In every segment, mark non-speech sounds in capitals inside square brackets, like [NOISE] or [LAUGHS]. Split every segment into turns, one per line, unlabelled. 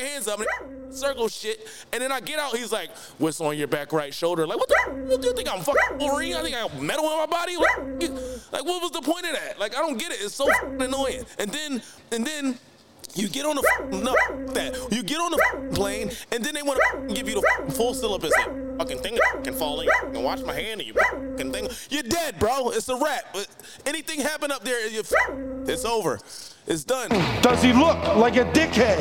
hands up, and circle shit. And then I get out, he's like, what's on your back right shoulder? Like, what the what do you think I'm fucking Wolverine? I think I got metal in my body? What- Like, what was the point of that? Like, I don't get it. It's so fucking annoying. And then, and then, you get on the f- no f- that you get on the f- plane and then they want to give you the f- full syllabus. Like, fucking thing can fall in. Can watch my hand and you fucking thing. You're dead, bro. It's a wrap. But Anything happen up there, you f- it's over. It's done.
Does he look like a dickhead?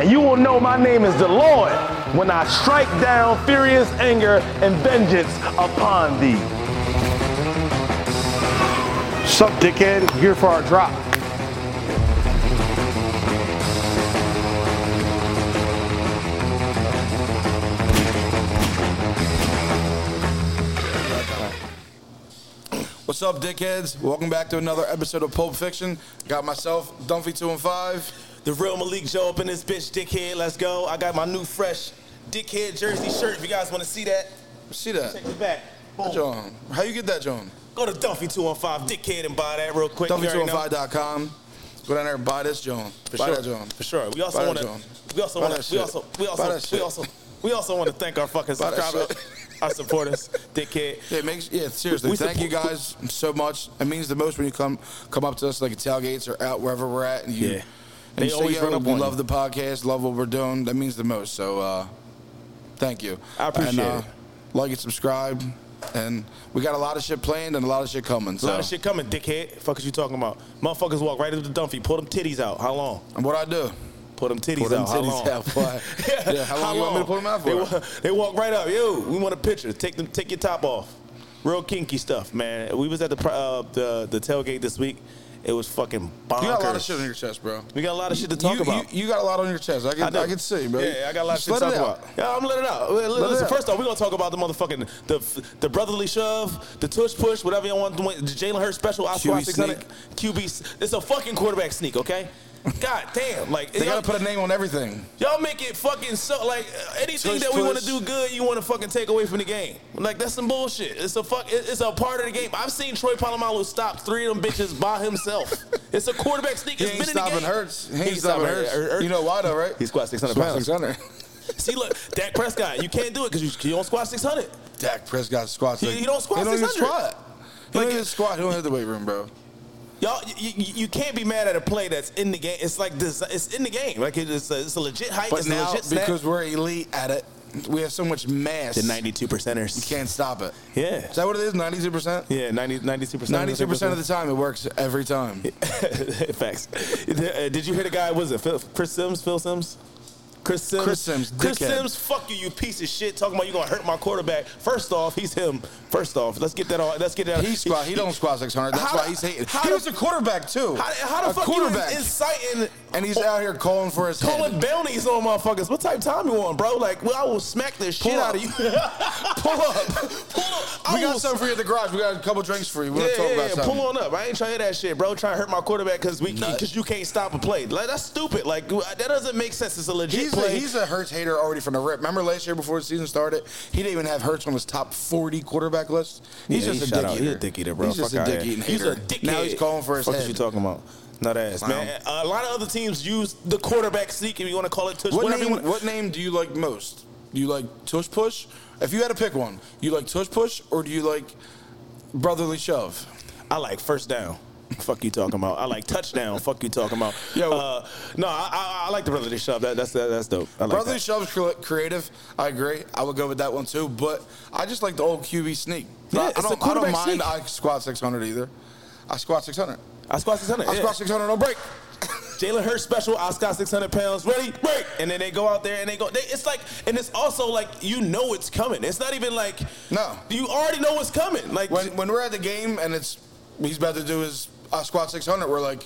And you will know my name is the Lord when I strike down furious anger and vengeance upon thee. Sup, dickhead? Here for our drop.
What's up, dickheads? Welcome back to another episode of Pulp Fiction. Got myself Dumphy two and five.
The real Malik Joe up in this bitch, dickhead. Let's go. I got my new fresh dickhead jersey shirt. If you guys want to see that,
See that,
check the back. Boom.
John? How you get that, John?
Go to Dumphy215 Dickhead and buy that real quick. You already know.
Dumphy215.com. Go down there and buy this, John.
For
buy
sure.
that, John.
For sure. We also
Buy that,
want to.
John.
We also
Buy
want
that
to. We
shit.
also. We
Buy
also.
that
We
shit.
also. We also want to thank our fucking
Buy that
subscribers, our supporters, dickhead.
Yeah, makes yeah. Seriously,
We
thank you
support-
guys so much. It means the most when you come come up to us like at tailgates or out wherever we're at, and you.
Yeah.
And
They
you say,
always
"Yo,
run up
we
on
love
you."
the podcast, love what we're doing. That means the most. So, uh, thank you.
I appreciate
and, uh,
it.
Like and subscribe, and we got a lot of shit planned and a lot of shit coming.
A
So,
lot of shit coming, dickhead. Fuck is you talking about? Motherfuckers walk right up to Dumphy, pull them titties out. How long?
and what I do?
Pull them titties
Pull them
out. how
titties
long?
out, boy. [LAUGHS] Yeah, how long you want me to pull them out for?
They wa- They, walk right up. Yo, we want a picture. Take them. Take your top off. Real kinky stuff, man. We was at the pri- uh, the, the tailgate this week. It was fucking bonkers.
You got a lot of shit on your chest, bro.
We got a lot of shit to talk
you,
about.
You, you got a lot on your chest. I can
do.
I, can see, bro.
Yeah, I got a lot of
Just
shit to talk
let it out.
about. Yeah, I'm letting it out. Let-
it
Listen,
out.
first off, we're gonna talk about the motherfucking the the brotherly shove, the tush push, whatever you want. The Jalen Hurts special, I
QB
squad 600, QB. s- It's a fucking quarterback sneak, okay? God damn, like
They
y'all,
gotta put a name on everything.
y'all make it fucking so like uh, anything
Tush
that we want to
push.
do good, you want to fucking take away from the game. Like that's some bullshit. It's a fuck. it- It's a part of the game. I've seen Troy Polamalu stop three of them bitches by himself. [LAUGHS] it's a quarterback sneak.
He
It's
ain't
been in the
stopping
game.
Hurts. He ain't
He's stopping
stopping Hurts.
Hurts.
You know why though, right?
He squat 600
Squat
pounds.
600.
See, look, Dak Prescott, you can't do it because you, you don't squat 600.
Dak Prescott squats.
He-
like-
he don't squat
He don't even
600.
squat. He
Like-
don't even squat. He don't hit the weight room, bro.
Y'all, you, you, you can't be mad at a play that's in the game. It's like this, it's in the game. Like it is a, it's a legit height.
But
it's a
now
legit snap.
because we're elite at it, we have so much mass.
the 92 percenters.
Can't stop it.
Yeah.
Is that what it is? Ninety-two percent.
Yeah, 90, 92 percent.
Ninety-two percent of the time, it works every time.
the [LAUGHS] facts. Uh, Did you hear the guy? Was it Phil, Chris Sims? Phil Sims? Chris Sims.
Chris Sims,
Chris
dickhead.
Sims. Fuck you, you piece of shit. Talking about you gonna hurt my quarterback. First off, he's him. First off, let's get that all. Let's get that.
He squat. He don't squat six hundred. That's
How
why
the-
he's hating.
how
He
the-
was a quarterback too.
How, how the
a
fuck
quarterback?
you inciting?
and he's out here calling for his head.
Calling bounties on motherfuckers. What type of time you on, bro? Like, well, I will smack the shit
Pull
out of you. [LAUGHS] pull
[LAUGHS]
up. Pull up.
We
I
got
will-
something for you at the garage. We got a couple drinks for you. We're
Yeah,
gonna talk
yeah,
about
yeah.
something.
pull on up. I ain't trying to hear that shit, bro. Trying to hurt my quarterback because we because you can't stop a play. Like that's stupid. Like that doesn't make sense. It's a legit
He's a,
play.
he's a Hurts hater already from the rip. Remember last year before the season started, he didn't even have Hurts on his top 40 quarterback list. He's
Yeah, he
just a
shut
dick
out.
eater.
He's a dick eater, bro.
He's just
Fuck
a
outta
dick
here.
eating
He's
hater.
a dickhead.
Now he's calling for his
Fuck
head.
is you talking about? Not ass,
Clown.
man. A lot of other teams use the quarterback sneak if you want to call it tush.
what,
whatever
name,
you want.
what name do you like most? Do you like Tush Push? If you had to pick one, you like Tush Push or do you like Brotherly Shove?
I like first down. Fuck you talking about. I like touchdown. Fuck you talking about.
Yo.
uh, no, I, I, I like the brotherly shove. That, that's that, that's dope. I like
Brotherly
that.
Shove's cre- creative. I agree. I would go with that one too. But I just like the old QB sneak.
Yeah,
I-
it's
I,
a
don't, I don't
quarterback
mind
sneak.
I squat 600 either. I squat 600.
I squat 600.
I
yeah.
squat 600 on break.
Jalen Hurts special. I squat 600 pounds. Ready, break. And then they go out there and they go. They, it's like, and it's also like you know it's coming. It's not even like
No.
You already know it's coming. Like
when when we're at the game and it's he's about to do his uh, squat 600, we're like,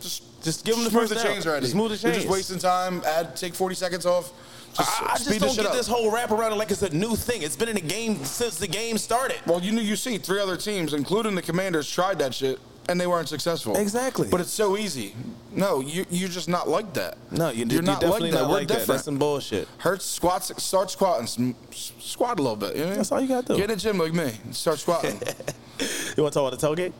just
Just give him the
smooth
first
the
down.
chains already.
Just move the
You're
chains.
just wasting time. Add take 40 seconds off.
I, I just
speed the
don't
shit
get
up.
this whole wrap around it like it's a new thing. It's been in the game since the game started.
Well, you know, you see three other teams, including the Commanders, tried that shit and they weren't successful.
Exactly.
But it's so easy. No, you you're just not like that.
No, you, you're, not definitely not
We're
like that.
different.
That's some bullshit.
Hurts squats. Start squatting. sm- s- Squat a little bit. You know?
That's all you gotta do.
Get in the gym like me. and Start
[LAUGHS]
squatting.
You want to talk about the tailgate?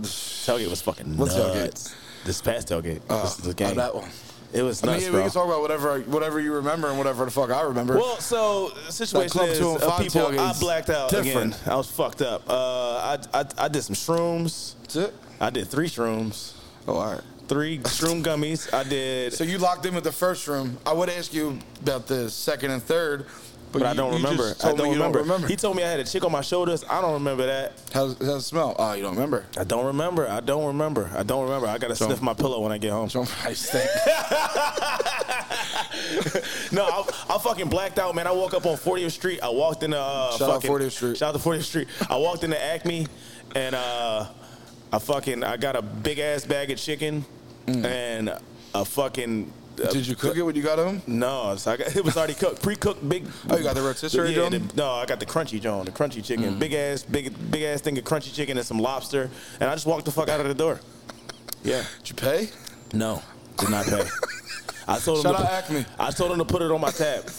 Tailgate was fucking
What
nuts.
tailgate?
This past tailgate, this is the game.
oh, that one.
It was
I mean,
nuts,
yeah, we
bro.
can talk about whatever I- whatever you remember and whatever the fuck I remember.
Well, so the
Like
situation
Club
is,
205
uh, people, I
tailgates.
blacked out
Different.
again. I was fucked up. Uh, I, I I did some shrooms.
That's it.
I did three shrooms,
Oh, all right.
three shroom gummies. I did.
So you locked in with the first room. I would ask you about the second and third, but,
but I
you-
don't
you just
remember. I
told me
don't
you
remember.
remember.
He told me I had a chick on my shoulders. I don't remember that.
How's, how's it smell? Oh, you don't remember. [LAUGHS]
I don't remember. I don't remember. I don't remember. I gotta sniff my pillow when I get home.
Don't I stink.
[LAUGHS] No, I, I fucking blacked out, man. I woke up on 40th Street. I walked in the uh,
Shout out
fucking-
40th Street.
Shout out to 40th Street. I walked into Acme, and uh, I fucking I got a big ass bag of chicken
Mm.
and a fucking. uh,
Did you cook it when you got home?
no, so I got, it was already cooked, pre-cooked. Big.
Oh, you got the rotisserie
Yeah, the,
John? Mm.
no, I got the crunchy John, the crunchy chicken, big ass, big, big ass thing of crunchy chicken and some lobster, and I just walked the fuck out of the door. Yeah.
Did you pay?
No, did not pay. [LAUGHS] I told him.
Shout
to
out
put,
Acme.
I told him to put it on my
[LAUGHS]
tab.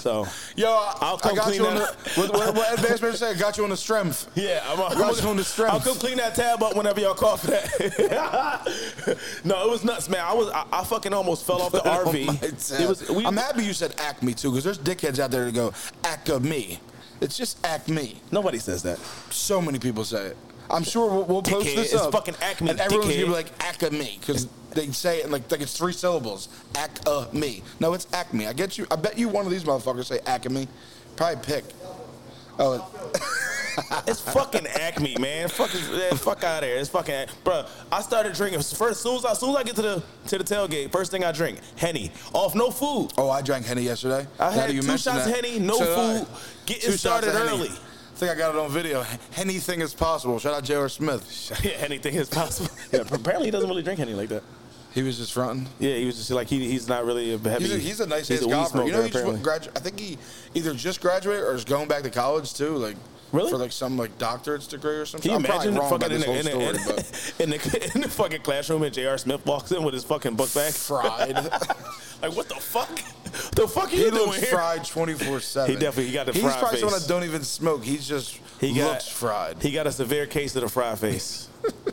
So
Yo, I,
I'll come
I got
clean
you on
that up.
the. What, what, what advanced man said? Got you on the strength.
[LAUGHS] yeah, I'm. I'm
Got you on the strength.
I'll come clean that tab up whenever y'all call for that. no, it was nuts, man. I was. I, I fucking almost fell off the [LAUGHS] RV. It was. Oh We,
I'm happy you said Acme too, because there's dickheads out there to go Acme. It's just Acme.
nobody says that.
So many people say it. I'm sure we'll, we'll post
Dickhead.
this
It's
up.
fucking Acme,
And everyone's gonna be
dickhead.
like Acme because they say it in like like it's three syllables. Acme. No, it's Acme. I get you. I bet you one of these motherfuckers say Acme. Probably pick. Oh,
It's fucking Acme, man. Fuck, is- eh, fuck out of here. It's fucking, Ac- bruh. I started drinking first. Soon as I, soon as I get to the to the tailgate, first thing I drink, Henny. Off no food.
oh, I drank henny yesterday.
I
Now
had
that you
two
mention
shots
that.
Henny, no
So did I.
food, getting
Two shots
started
of Henny.
early. [LAUGHS]
I think I got it on video. Anything is possible. Shout out J.R.
[LAUGHS]
Smith.
Yeah, anything is [LAUGHS] possible. Yeah, apparently he doesn't really drink any like that.
He was just fronting.
Yeah, he was just like he, he's not really a heavy.
He's a, he's a nice
he's
ass
a weed
golfer. You know,
smoker,
he just went, gradu- I think he either just graduated or is going back to college too, like
Really?
for like some like doctorate's degree or something.
Can you
I'm
imagine
probably wrong about
fucking in
this
the,
whole
in, the,
story,
in,
but
in the in the fucking classroom and J.R. Smith walks in with his fucking book bag? [LAUGHS]
fried.
Like what the fuck? The fuck are
he
you doing
looks
here?
fried twenty four seven.
He definitely- he got the
He's
fried
probably someone
face.
that don't even smoke. He's just
He got
looks fried.
He got a severe case of the fry face. [LAUGHS]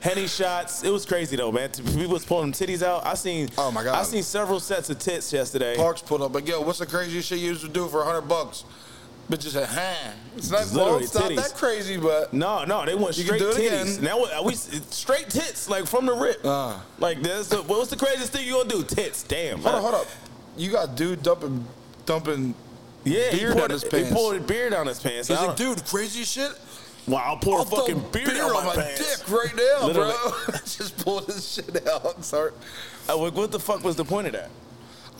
Henny shots. It was crazy though, man. People was pulling titties out. I seen.
Oh, my God.
I seen several sets of tits yesterday.
Parks pulled up like, yo, what's the craziest shit you used to do for hundred bucks? Bitches said, huh? It's not,
It's
well,
literally
it's not
titties.
that crazy, but
No, no, they went
You
straight
can do it
titties.
again.
Now what- we straight tits, like from the rip.
Ah.
Like that's the, what's the craziest thing you gonna do? Tits, damn.
hold up, hold up. You got dude dumping dumping.
Yeah,
Beer
he
down
poured,
his
he
pants.
poured beer down his pants.
He's
I
like,
don't-
dude, crazy shit.
Wow, I'll pour a fucking
Dump
beer, down my, pants.
dick right now,
Literally. [LAUGHS]
bro. [LAUGHS] Just pull this shit out. Sorry.
I, like, what the fuck was the point of that?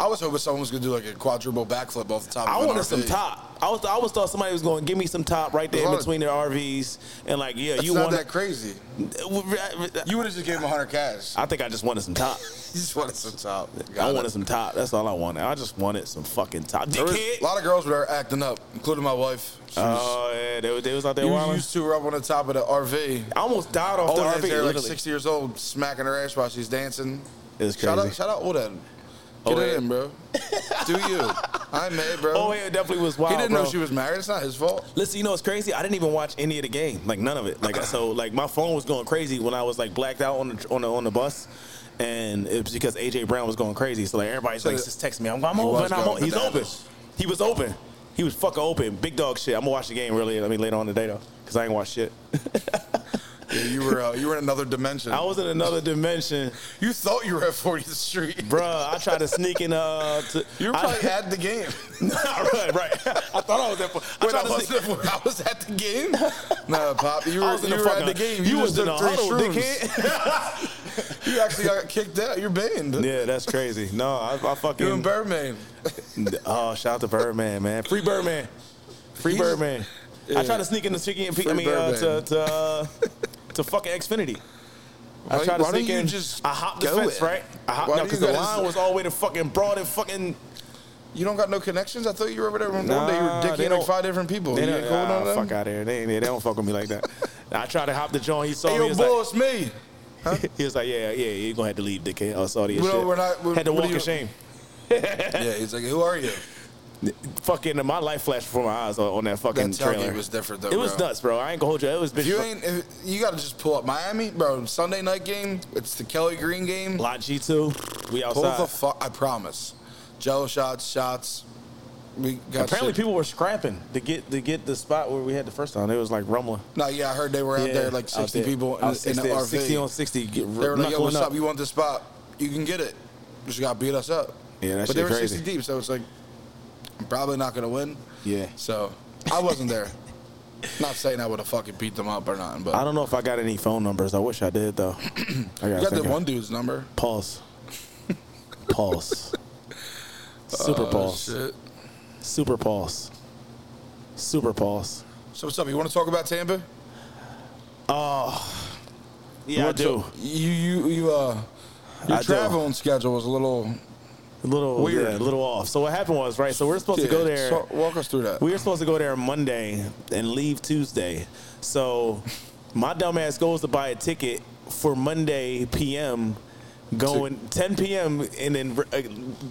I was hoping someone was gonna do like a quadruple backflip off the top.
I
of an
wanted
RV.
some top. I was I always thought somebody was going to give me some top right there
It's
in
hard.
between their RVs and like yeah
It's
you
not
want
that crazy.
I
You would have just gave him hundred cash. [LAUGHS]
think [LAUGHS] I just wanted some top.
You just wanted some top.
I
Got it.
wanted some top. That's all I wanted. I just wanted some fucking top.
There was
Dickhead.
a lot of girls were acting up, including my wife. She was,
Oh yeah, they, was- they was out there
you
wilding.
used to her up on the top of the RV.
I almost died off
Old
the
ass
RV.
there, like
literally.
sixty years old, smacking her ass while she's dancing.
It's
Shout out,
crazy.
shout out, old Ed. Get
Old
it
Ed.
in, bro. do you?
[LAUGHS]
I made, bro.
Oh yeah, it definitely was wild.
he didn't
bro.
know she was married. It's not
[LAUGHS]
his fault.
Listen, you know what's crazy? I didn't even watch any of the game, like none of it. Like so, like my phone was going crazy when I was like blacked out on the on the on the bus, and it was because AJ Brown was going crazy. So like everybody's like just text me, I'm, I'm
was
open, I'm
going
open. He's open.
bananas.
He was open. He was fucking open. Big dog shit. I'm gonna watch the game really. I mean later on today though, cause I ain't watch shit.
Yeah, you were uh, you were in another dimension.
I was in another dimension,
You thought you were at 40th Street.
bruh. I tried to sneak in. Uh, [LAUGHS] to,
You were
I-
probably at the game.
right, right. [LAUGHS] I thought I was at. I
Wait, I,
tried to
was
sneak.
at, [LAUGHS] I was at
[LAUGHS]
the game? Nah, Pop, you were,
I was in
you
the
were at
fucking.
the game.
You,
You,
was
just
in
did
a
three
huddle,
shrooms.
dickhead.
[LAUGHS] You actually got kicked out. You're banned.
[LAUGHS] [LAUGHS] Yeah, that's crazy. No, I, I fucking.
You and Birdman.
oh, shout out to Birdman, man. Free Birdman. Free
He's-
Birdman. I tried to sneak in the chicken and pe-
Free
I mean, uh, to
Birdman.
to, uh, to fucking Xfinity. I
Why-
tried to
why don't
sneak
you
in.
just
I hopped the
go
fence,
in?
right? I hopped
Why
no,
do
because
you
the
guys-
line was all the way to fucking broad and fucking.
You don't got no connections? I thought you were over there one one day. You
Nah,
were
they
dicking like
don't-
five different people.
They
You
don't,
ain't going on
nah,
them?
fuck out of here. They, ain't- they don't fuck with me like [LAUGHS] that. I tried to hop the joint. He saw
Hey,
me.
yo,
He was,
bull,
like,
it's me. [LAUGHS]
[LAUGHS] he was like, yeah, yeah, you're going to have to leave, dickhead. I saw the
Well,
shit.
we're not- we're-
Had to
what
walk
do you-
of shame.
yeah, he's like, who are you?
fucking my life flashed before my eyes on, on that fucking
That tailgate
trailer.
was different, though,
It was
bro.
nuts, bro. I ain't gonna hold you. It was
If you
bitch.
ain't, if, you gotta just pull up Miami, bro. Sunday night game. It's the Kelly Green game.
Lot G two. We
Pull
outside.
the fuck. I promise. Jello shots, shots. We got.
Apparently,
shit.
people were scrapping to get to get the spot where we had the first time. It was like rumbling.
No, yeah, I heard they were out
Yeah,
there like
out
60
there.
people in,
Out
in
60,
the RV.
60 on 60. Get,
They were like, yo,
knuckling
what's
up.
up? You want this spot? You can get it. You just got to beat us up.
Yeah, that
But they
shit
were
crazy.
60 deep, so it's like, I'm probably not going to win.
Yeah.
So I wasn't there. [LAUGHS] not saying I would have fucking beat them up or nothing, but
I
I
don't know if I got any phone numbers. I wish I did
[CLEARS THROAT]
though. I
you got
got
that one dude's number.
pulse,
[LAUGHS]
pulse,
Oh,
super pulse,
Shit.
super pulse, super pulse.
So what's up? You want to talk about Tampa?
Yeah, I
What's
do.
up? You you you uh. Your
I do.
traveling schedule was a little
A little
Weird.
yeah, a little off. So what happened was right. So we're supposed
yeah,
to go there.
so walk us through that.
We were supposed to go there Monday and leave Tuesday. So my dumbass goes to buy a ticket for Monday PM, going 10 p.m. and then uh,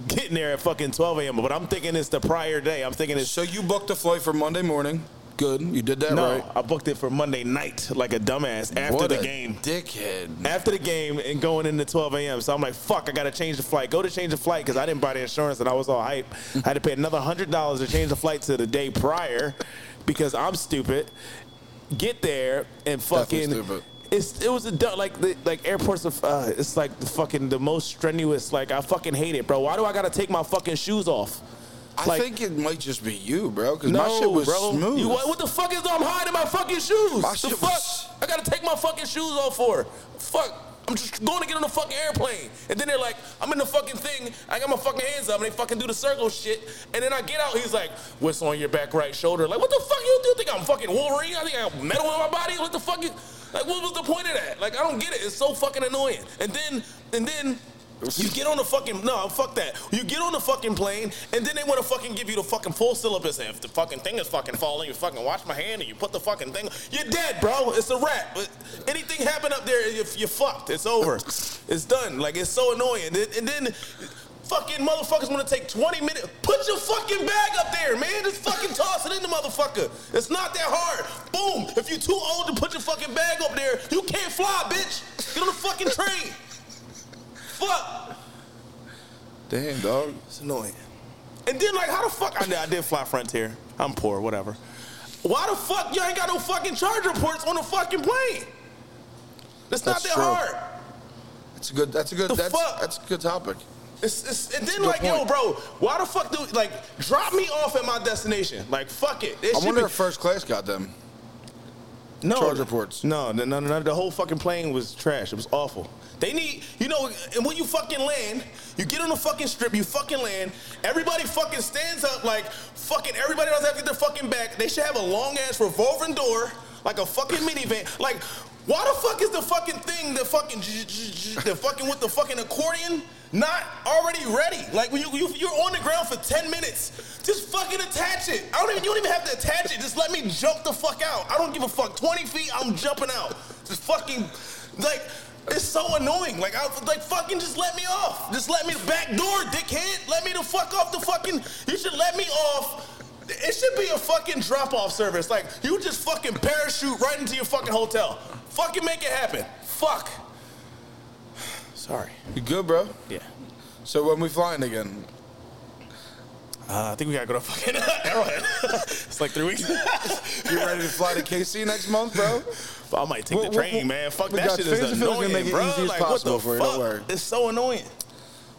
getting there at fucking 12 a.m. But I'm thinking it's the prior day. I'm thinking it's
so you booked a flight for Monday morning. Good, you did that
no.
right.
I booked it for Monday night like a dumbass after
What
the
a
game.
dickhead.
after the game and going into 12 a.m. So I'm like, fuck, I gotta change the flight. Go to change the flight because I didn't buy the insurance and I was all hype. I had to pay another hundred dollars to change the flight to the day prior [LAUGHS] because I'm stupid. Get there and
Definitely
fucking.
stupid.
It's, it was a du- like the, like airports of uh, it's like the fucking the most strenuous like I fucking hate it bro why do I gotta take my fucking shoes off
I
Like-
think it might just be you, bro, because
no
my shit was
bro
smooth.
You, what, what the fuck is I'm hiding my fucking shoes
My
the
shit
fuck
was-
I gotta take my fucking shoes off for. Fuck. I'm just going to get on the fucking airplane. And then they're like, I'm in the fucking thing. I got my fucking hands up. And they fucking do the circle shit. And then I get out. He's like, what's on your back right shoulder? Like, what the fuck you do? You think I'm fucking Wolverine? I think I got metal in my body? What the fuck? You, like, what was the point of that? Like, I don't get it. It's so fucking annoying. And then, and then. You get on the fucking no, fuck that. You get on the fucking plane, and then they want to fucking give you the fucking full syllabus. And if the fucking thing is fucking falling, you fucking wash my hand, and you put the fucking thing. You're dead, bro. It's a wrap. Anything happen up there, you you fucked. It's over. It's done. Like it's so annoying. And, and then fucking motherfuckers want to take 20 minutes. Put your fucking bag up there, man. Just fucking toss it in the motherfucker. It's not that hard. Boom. If you're too old to put your fucking bag up there, you can't fly, bitch. Get on the fucking train. Fuck.
Damn, dog.
It's annoying. And then, like, how the fuck? I did, I did fly Frontier. I'm poor, whatever. Why the fuck you ain't got no fucking charge reports on the fucking plane? It's not
That's
that
true.
hard.
That's a good. That's a good.
The
that's,
fuck?
that's a good topic.
It's, it's, and then,
good
like, yo,
point.
bro, why the fuck do like drop me off at my destination? Like, fuck it. It
I
should
wonder
be-
if first class got them.
No.
Charge reports.
No, no, no, no. The whole fucking plane was trash. It was awful. They need, you know, and when you fucking land, you get on the fucking strip, you fucking land. Everybody fucking stands up like fucking everybody else have to get their fucking back. They should have a long ass revolving door, like a fucking minivan. Like, why the fuck is the fucking thing that fucking zzz, zzz, zzz, the fucking with the fucking accordion not already ready? Like when you, you you're on the ground for ten minutes, just fucking attach it. I don't even you don't even have to attach it. Just let me jump the fuck out. I don't give a fuck. Twenty feet, I'm jumping out. Just fucking like it's so annoying. Like I like fucking just let me off. Just let me back door, dickhead. Let me the fuck off the fucking. You should let me off. It should be a fucking drop off service. Like, you just fucking parachute right into your fucking hotel. Fucking make it happen. Fuck. Sorry.
You good, bro?
Yeah.
So when we flying again?
Uh, I think we gotta go to fucking Arrowhead. [LAUGHS] it's like three weeks. [LAUGHS]
You ready to fly to KC next month, bro?
I might take
Well,
the
well,
train,
well,
man. Fuck
we
that
got
shit is
Phaser Phil's gonna
annoying,
make it
bro.
easy as
Like, what
possible
the
for you,
fuck?
don't worry.
It's so annoying.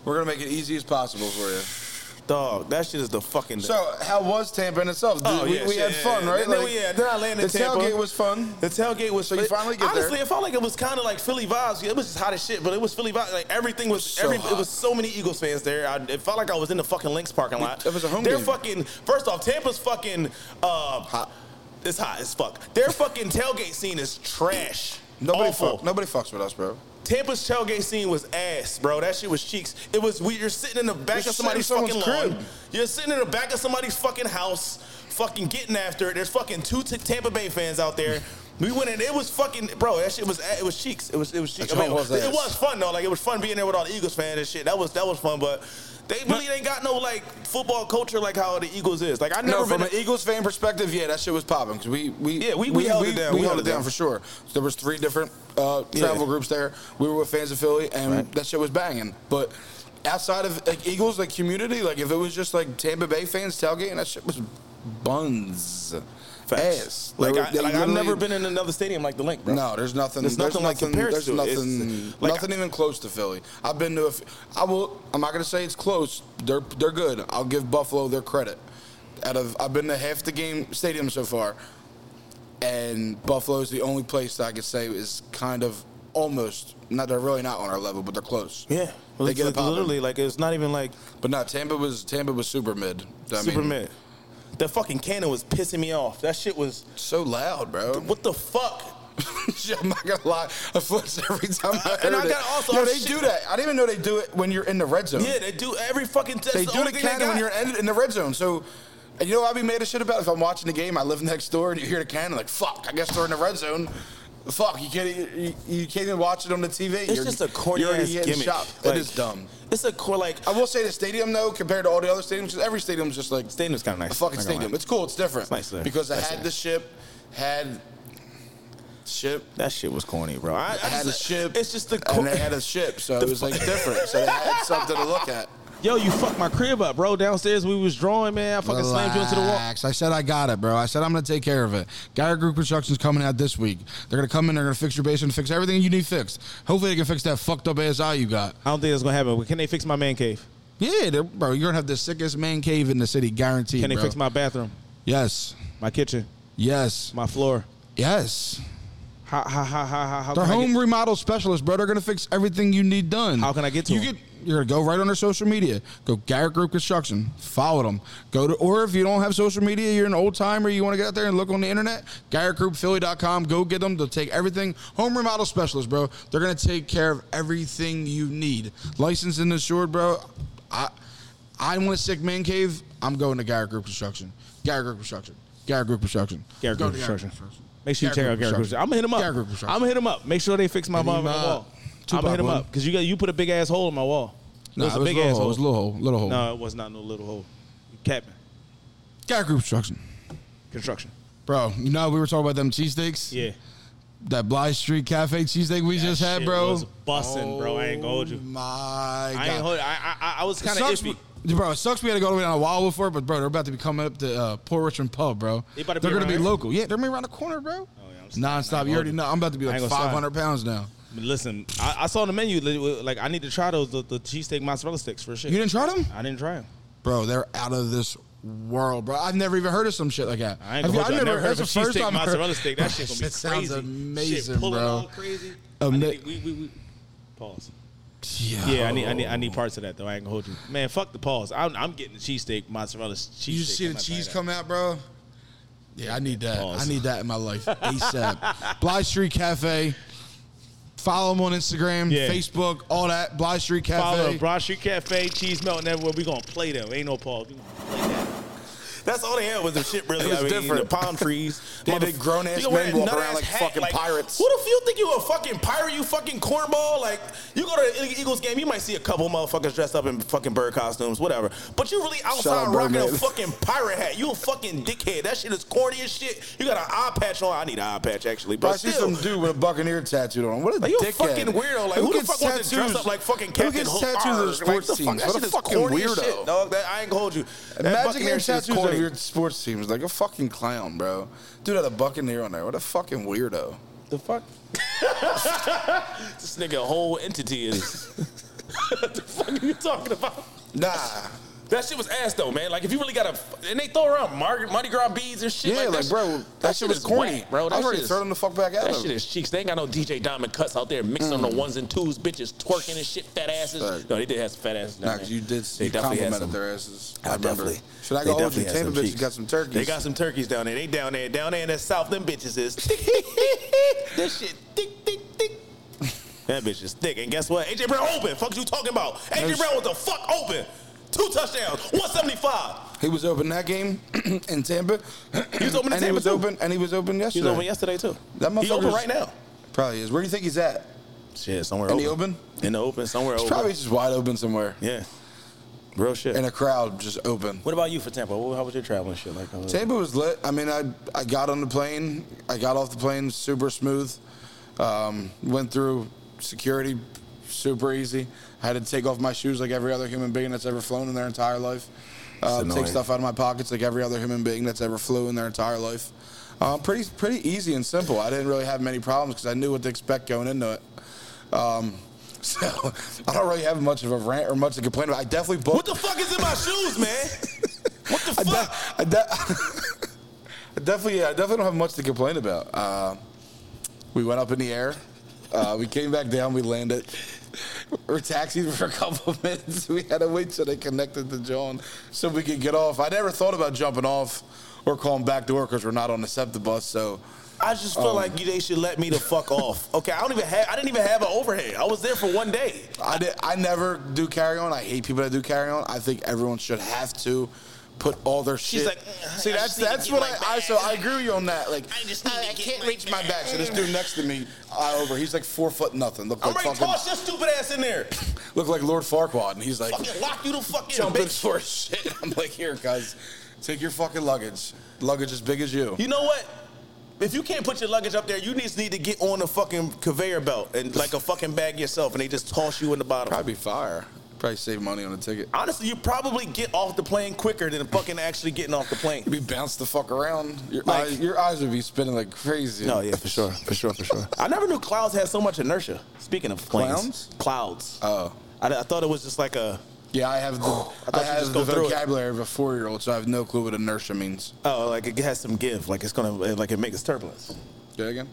We're gonna make it easy as possible for you.
Dog, that shit is the fucking.
So how was Tampa in itself? Dude,
Oh,
we,
yeah,
we
shit,
had
yeah,
fun,
yeah.
right?
Then we- yeah, then I landed
The
in Tampa.
tailgate was fun.
The tailgate was
So you finally get
honestly,
there.
it felt like it was kind of like Philly vibes. It was just hot as shit, but it was Philly vibes. Like everything was,
So
every,
hot.
it was so many Eagles fans there. I, it felt like I was in the fucking Lynx parking lot.
It was a home
They're
game.
fucking. First off, Tampa's fucking. Uh,
Hot.
It's hot as fuck. Their fucking tailgate scene is trash.
Nobody
Awful.
fuck, Nobody fucks with us, bro.
Tampa's tailgate scene was ass, bro. That shit was cheeks. It was we. You're sitting in the back
You're
of somebody's
sitting in
fucking
someone's
lawn.
crib.
You're sitting in the back of somebody's fucking house, fucking getting after it. There's fucking two t- Tampa Bay fans out there. We went in. It was fucking bro. That shit was it was cheeks. It was it was cheeks.
That's
I mean,
what it was,
it
ass.
was fun though. Like it was fun being there with all the Eagles fans and shit. That was that was fun. But they really ain't got no like football culture like how the Eagles is. Like I never
No, from
been.
an Eagles fan perspective, yeah, that shit was popping because we, we
Yeah, we- we held it down.
We,
We
held it down,
down.
for sure. There was three different uh,
Yeah.
travel groups there. We were with fans of Philly, and
Right.
that shit was banging. But outside of like Eagles, like community, like if it was just like Tampa Bay fans tailgating, that shit was buns. Ass.
Like,
They were-
I,
they
like I've
literally-
never been in another stadium like the Link, bro.
No, there's nothing.
There's nothing like compares
there's
to it. It's-
nothing,
like,
nothing even close to Philly. I've been to. A, f- I will. I'm not gonna say it's close. They're they're good. I'll give Buffalo their credit. Out of I've been to half the game stadium so far, and Buffalo's the only place that I could say is kind of almost not. They're really not on our level, but they're close.
Yeah,
They
It's
get it
like,
poppin'.
literally like it's not even like
But no, Tampa was Tampa was super mid. I mean,
super mid. That fucking cannon was pissing me off. That shit was
So loud, bro.
what the fuck.
[LAUGHS] I'm not gonna lie, I flinch every time I
Uh,
heard
and I
it.
gotta also-
Yo, they
shit-
do that. I didn't even know they do it when you're in the red zone.
Yeah, they do every fucking. That's
they
the
do
only
the
thing they
cannon when
got.
you're in, in the red zone. So, and you know what I'd be made a shit about if I'm watching the game, I live next door, and you hear the cannon, like fuck, I guess they're in the red zone. Fuck, you can't you, you can't even watch it on the TV.
It's just a corny ass gimmick.
it
Like,
is dumb.
It's a core like oh,
I will say the stadium though, compared to all the other stadiums, because every stadium's just like
stadium's kind of
a
nice.
fucking
not gonna
stadium.
lie.
It's cool. It's different.
nice there.
because I
Nice
had
there.
the ship, had ship,
That shit was corny, bro. I, I
I had a
just,
ship.
It's just the
and
cor-
they had a ship, so
The
it was
fu-
like different. So they had something to look at.
Yo, you fucked my crib up, bro. Downstairs we was drawing, man. I fucking slammed you into the wall.
Relax. I said I got it, bro. I said I'm gonna take care of it. Geyer Group Construction's coming out this week. They're gonna come in. They're gonna fix your basement, fix everything you need fixed. Hopefully they can fix that fucked up ASI you got.
I don't think that's gonna happen. But can they fix my man cave?
Yeah, they're- bro, you're gonna have the sickest man cave in the city, guaranteed.
Can they
bro.
fix my bathroom,
Yes,
my kitchen,
yes,
my floor?
yes.
How how how how how, how
They're
can I get-
home remodel specialists, bro. They're gonna fix everything you need done.
How can I get to
you?
'em?
you're gonna go right on their social media. Go Garrett Group Construction. Follow them. Go to, or if you don't have social media, you're an old timer. You want to get out there and look on the internet. GarrettGroupPhilly.com. Go get them. They'll take everything. Home remodel specialists, bro. They're gonna take care of everything you need. Licensed and insured, bro. I I want a sick man cave. I'm going to Garrett Group Construction. Garrett Group Construction. Garrett Group Construction.
Garrett
Go
Group
to
Construction. Make sure you check out Garrett Group. I'm gonna hit him up.
Garrett Group
I'm
Construction.
gonna hit him up. Make sure they fix my
Hit him
mom
up.
wall. I'm
Tupac
gonna hit him
would.
up because you got you put a big ass hole in my wall.
No,
it was a big
little
ass
hole. It was a
hole.
little hole. Little hole.
No, it was not no little hole. You capping
Got group construction.
construction.
Bro, you know we were talking about them cheesesteaks?
Yeah.
That Bly Street Cafe cheesesteak we just had,
Shit
bro.
was bussin', bro. I ain't gonna hold you.
My God.
I ain't hold. I I, I- I was
It
kind of
sucks
iffy.
we- Bro, it sucks we had to go down a while before, but bro, they're about to be coming up to uh, Poor Richmond Pub, bro.
They about to be
are gonna
around
be
here?
local. Yeah, they're gonna be around the corner, bro. Oh,
yeah, I'm
yeah, Non-stop. You already know. I'm about to be
I
like
ain't gonna slide.
500 pounds now.
Listen, I, I saw the menu. li- Like I need to try those the, the cheesesteak mozzarella sticks for shit.
You didn't try them?
I didn't try them.
Bro, they're out of this world, bro. I've never even heard of some shit like that.
I ain't
Have
gonna
you-
hold you. I never heard of a
that's the first
cheesesteak
time I heard-
mozzarella stick. That shit's gonna be
Shit
crazy.
sounds amazing,
shit pulling
bro.
all crazy. I
Ama-
need- we, we, we, pause. Oh. Yeah, I need, I need I need parts of that though. I ain't gonna hold you, man. Fuck the pause. I'm, I'm getting the cheesesteak mozzarella cheesesteak.
You just see
I'm
the
not
cheese
buying
come out, bro. Yeah, I need that.
Pause.
I need that in my life ASAP. [LAUGHS] Bly Street Cafe. Follow them on Instagram,
Yeah.
Facebook, all that. Bly Street
that. Follow
Cafe.
Broad Street Cafe, cheese melting everywhere. We gonna play them. Ain't no pause. We gonna play that.
That's all they had was the shit. Really,
It was
I mean,
different.
The palm
[LAUGHS]
trees.
They had
motherf-
big grown-ass
Nigga wearing
men walk
nut-ass
around like
hat,
fucking pirates.
Who the fuck you think you a fucking pirate? You fucking cornball? Like you go to the Eagles game, you might see a couple motherfuckers dressed up in fucking bird costumes, whatever. But you really outside
up,
rocking a
[LAUGHS] Birdman.
fucking pirate hat. You a fucking dickhead. That shit is corny as shit. You got an eye patch on. I need an eye patch actually,
Bro,
but
I see
still.
some dude with a Buccaneer tattooed on. him. What a
Like, you a
dickhead!
fucking weirdo. Like, who the
gets
fuck wants to dress
tattoos-
up like fucking
who
Captain
gets
Hook?
tattoos of
Arr,
their sports
like, the fuck,
teams?
That
What
shit
a
is
fucking
corny as
weirdo.
Shit, dog. That, I ain't gonna hold you. That
Imagine
Buccaneer shit
getting
is
tattoos of
corny.
your sports teams. Like a fucking clown, bro. Dude had a Buccaneer on there. What a fucking weirdo.
The fuck?
This nigga whole entity
[LAUGHS]
is. what the fuck are you talking about?
Nah.
That shit was ass though, man. Like if you really gotta, and they throw around Mar- Mardi Gras beads and shit.
Yeah,
that
like,
sh-
bro, that, shit was
is
corny.
whack, bro. That
I
shit
was ready to
is-
throw them Mm. the fuck back out
That
of
shit
him.
is cheeks. They ain't got no DJ Diamond cuts out there mixing them to ones and twos, bitches twerking and shit, fat asses.
Fuck.
No, they did have some fat asses. down
Nah,
there.
'cause you did
They
see
definitely had some.
complimented
[LAUGHS]
their asses.
I
remember.
definitely.
Should I
they
go hold you?
definitely had
Tampa
some
bitches
cheeks.
got some turkeys.
They got some turkeys down there. They down there, down there in the south. Them bitches is. this shit thick, thick, thick. That bitch is thick. And guess what? AJ Brown open. Fuck you talking about? AJ Brown was the fuck open. Two touchdowns, 175.
He was open that game in Tampa. he
was open in
and he
Tampa
was
too.
open, and he was open yesterday.
He's open yesterday too.
That
he open
motherfucker's-
right now.
Probably is. Where do you think he's at?
Shit, somewhere
In
open.
the open?
In the open, somewhere
He's
open.
probably just wide open somewhere.
yeah, real shit.
In a crowd, just open.
what about you for Tampa? What- How was your traveling shit like?
Tampa was lit. I mean, I I got on the plane. I got off the plane super smooth. Um, went through security super easy. had to take off my shoes like every other human being that's ever flown in their entire life. Uh,
annoying.
take stuff out of my pockets like every other human being that's ever flew in their entire life. Um, pretty pretty easy and simple. I didn't really have many problems because I knew what to expect going into it. Um, [LAUGHS] so I don't really have much of a rant or much to complain about. I definitely booked.
What the fuck is in my
[LAUGHS]
shoes, man? What the
I, de-
fuck?
I, de- [LAUGHS] I definitely, yeah, I definitely don't have much to complain about. Uh, we went up in the air. Uh, we came back down. We landed. [LAUGHS] We're taxied for a couple of minutes. We had to wait till they connected to John so we could get off. I never thought about jumping off or calling back door because we're not on the SEPTA bus. So
I just
Um,
feel like you, they should let me the fuck off. Okay, I don't even have. I didn't even have an overhead. I was there for one day.
I, did, I never do carry on. I hate people that do carry on. I think everyone should have to put all their shit.
like, "Mm,
see,
I
that's
just need to
that's
get
what
my
I, I so I agree with you on that. Like, I,
just need to
I
get
can't
my
reach my back. So this dude next to me, I over. He's like four foot nothing. Look
I'm
like
ready to
fucking,
toss your stupid ass in there.
look like Lord Farquaad, and he's like
Fucking lock you the fuck in,
jumping
bitch.
for shit. [LAUGHS] I'm like, here, cuz, take your fucking luggage. Luggage as big as you.
You know what? If you can't put your luggage up there, you just need to get on the fucking conveyor belt and like a fucking bag yourself, and they just toss you in the bottom.
Probably fire. Probably save money on a ticket.
Honestly, you probably get off the plane quicker than fucking actually getting off the plane.
Be bounced the fuck around. Your
Like-
eyes, your eyes would be spinning like crazy.
No, yeah, for sure, for sure, for sure. I never knew clouds had so much inertia. Speaking of planes,
Clowns?
clouds.
Oh.
I, I thought it was just like a
Yeah, [SIGHS] I have the, I
I thought you just
have
go
the
through it.
vocabulary of a four year old, so I have no clue what inertia means.
oh, like it has some give, like it's gonna like it makes turbulence.
Do it again.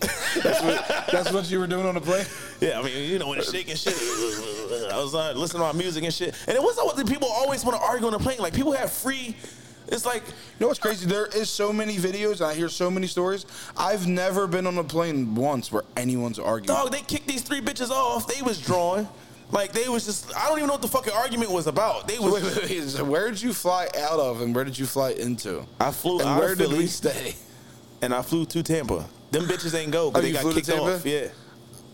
that's, what, that's what you were doing on the [LAUGHS] plane.
Yeah, I mean, you know, when it's shaking shit. [LAUGHS] I was uh, listening to my music and shit, and it wasn't what the people always want to argue on the plane. Like people have free. It's like
You know what's crazy? There is so many videos, and I hear so many stories. I've never been on a plane once where anyone's arguing.
dog, they kicked these three bitches off. They was drawing. Like they was just. I don't even know what the fucking argument was about. They was.
[LAUGHS] Wait, wait, wait. So where did you fly out of, and where did you fly into?
I flew
and
out
where
of
did
Philly.
we stay?
and I flew to Tampa. Them bitches ain't go, but
Oh,
they
you
got
flew to
kicked
Tampa?
off. Yeah.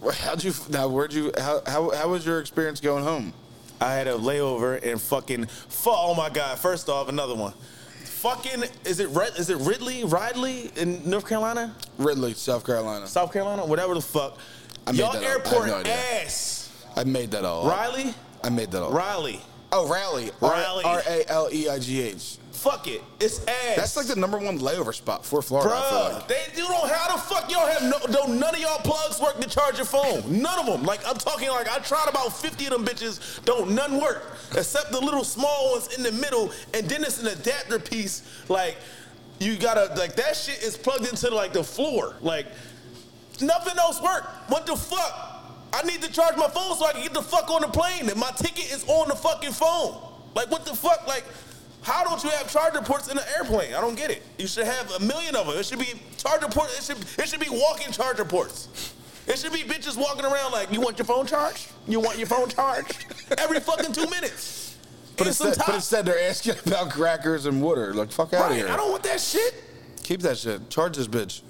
Where- How'd you now? Where'd you? How, how how was your experience going home?
I had a layover and fucking fuck. Oh my god! First off, another one. Fucking is it Rid- is it Ridley Ridley in North Carolina,
Ridley, South Carolina.
South Carolina, whatever the fuck.
I made
Y'all
that up. I have
airport
no idea.
ass.
I made that all. up.
Riley,
I made that all. up.
Riley.
Oh, rally.
Rally.
R A L E I G H.
Fuck it, it's ass.
That's like the number one layover spot for Florida. I feel
Bruh,
like.
they you don't. How the fuck y'all have no? Don't none of y'all plugs work to charge your phone? None of them. Like I'm talking, like I tried about fifty of them bitches. Don't none work except the little small ones in the middle, and then it's an adapter piece. Like you gotta like that shit is plugged into like the floor. Like nothing else work. What the fuck? I need to charge my phone so I can get the fuck on the plane, and my ticket is on the fucking phone. Like what the fuck? Like how don't you have charger ports in the airplane? I don't get it. You should have a million of them. It should be charger ports. It should it should be walking charger ports. It should be bitches walking around like you want your phone charged. You want your phone charged every fucking two minutes.
But
And some
instead, but
time-
instead, they're asking [LAUGHS] about crackers and water. Like, fuck out of
right,
here.
I don't want that shit.
Keep that shit. Charge this bitch.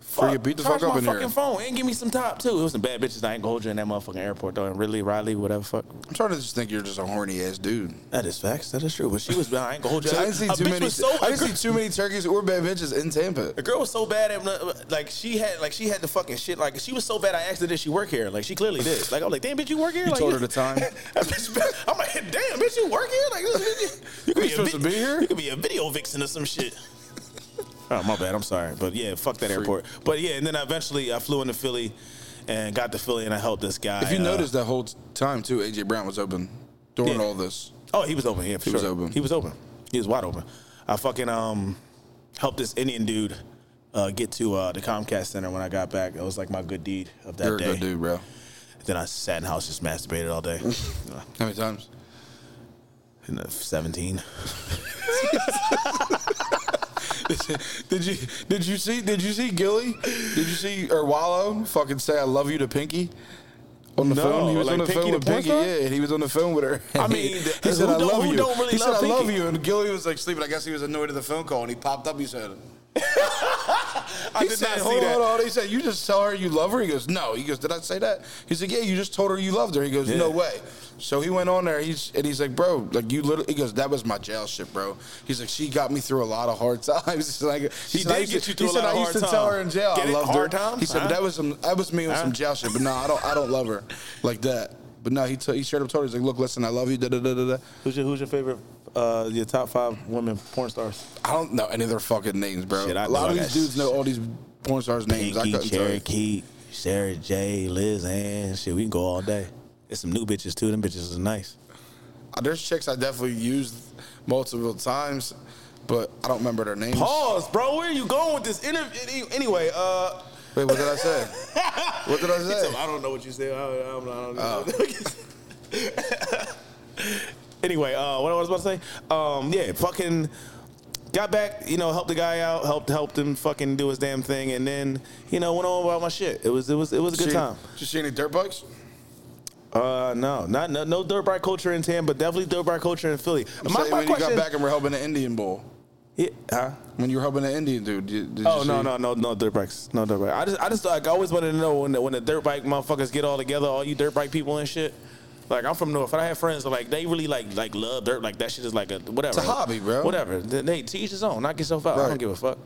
Free beat the
Charge
fuck up
my
in
fucking
here.
phone and give me some top too. It was some bad bitches. I ain't gonna hold you in that motherfucking airport though. And Ridley, Riley, whatever. Fuck.
I'm trying to just think you're just a horny ass dude.
That is facts. That is true. But she was. I ain't gonna hold you.
So I didn't see
A
too
bitch
many.
was so-
I
a
didn't
girl-
see too many turkeys or bad bitches in Tampa.
The girl was so bad at like she had like she had the fucking shit like she was so bad I asked her did she work here like she clearly did like I'm like damn bitch you work here
You
like,
told her the
[LAUGHS]
time?
That bitch bad. I'm like damn bitch you work here like this bitch, you could
You supposed to be here?
you could be a video vixen or some shit. [LAUGHS] oh my bad I'm sorry but yeah fuck that airport but yeah and then eventually I flew into Philly and got to Philly and I helped this guy.
If you
uh,
noticed that whole time too, AJ Brown was open during
Yeah.
all this.
Oh, he was open. Yeah, for
He
sure.
was open.
He was open. He was wide open. I fucking um helped this Indian dude uh, get to uh, the Comcast Center when I got back. It was like my good deed of that
You're a
day.
good dude, bro.
Then I sat in the house just masturbated
[LAUGHS]
all day.
How many times?
in the seventeen.
[LAUGHS] Did you did you see did you see Gilly? Did you see or Wallow fucking say I love you to Pinky? On the
No,
phone, he was
like
on the
Pinky
phone
the
with
porn
Pinky.
star?
Yeah, he was on the phone with her.
[LAUGHS] I mean,
[LAUGHS] he
who
said, "I
don't-
love
who
you."
don't really
he said,
love
"I love
Pinky?
you," and Gilly was like sleeping. I guess he was annoyed at the phone call, and he popped up. He said,
I
he
did
said,
not see
hold on,
that.
hold on. He said, you just tell her you love her? He goes, no. He goes, did I say that? He said, yeah, you just told her you loved her. He goes, no way. So he went on there. He's and he's like, bro, like you literally. He goes, that was my jail shit, bro. He's like, she got me through a lot of hard [LAUGHS] times. He's like,
She
he said,
did
I used
get
to-
you through
he
a
said,
lot of
I
hard
used to tell
times.
her in jail
Get
I
it?
loved
Hard
her.
times,
He said,
huh?
but that was some, that was me on some jail shit. But no, I don't, I don't love her like that. But no, he t- he straight up told her, he's like, look, listen, I love you. Da da da da da.
Who's your Who's your favorite? Uh, your top five women porn stars?
I don't know any of their fucking names, bro.
Shit,
a
I know
lot of
I
these
got
dudes
sh-
know all these porn stars' names. I
Pinky,
couldn't tell you.
Cherokee, Sarah J, Liz Ann. Shit, we can go all day. There's some new bitches too. Them bitches is nice.
Uh, There's chicks I definitely used multiple times, but I don't remember their names.
Pause, bro. Where are you going with this interview? Anyway, uh,
Wait, what did I
[LAUGHS]
say? what did I
he told me,
say?
I don't know what you said. I don't, I don't,
Uh,
I don't know.
Anyway, uh, what I was about to say? Um, yeah, fucking got back. You know, helped the guy out. Helped helped him fucking do his damn thing, and then you know went on about my shit. It was it was it was a good
She-
time.
Did you see any dirt bikes?
Uh, no, not no, no dirt bike culture in Tam, but definitely dirt bike culture in Philly.
I'm
my
saying
my
when
question.
you got back and we're helping the Indian bowl.
Yeah, huh?
When you were helping the Indian dude, did, did
Oh
you
no
see-
no no no dirt bikes no dirt bike. I just I just like I always wanted to know when the, when the dirt bike motherfuckers get all together, all you dirt bike people and shit. Like I'm from North, and I have friends that like they really like like love dirt. Like that shit is like a whatever.
It's a hobby, bro.
Whatever. They, they teach his own. Knock yourself out. I don't
Right.
give a fuck.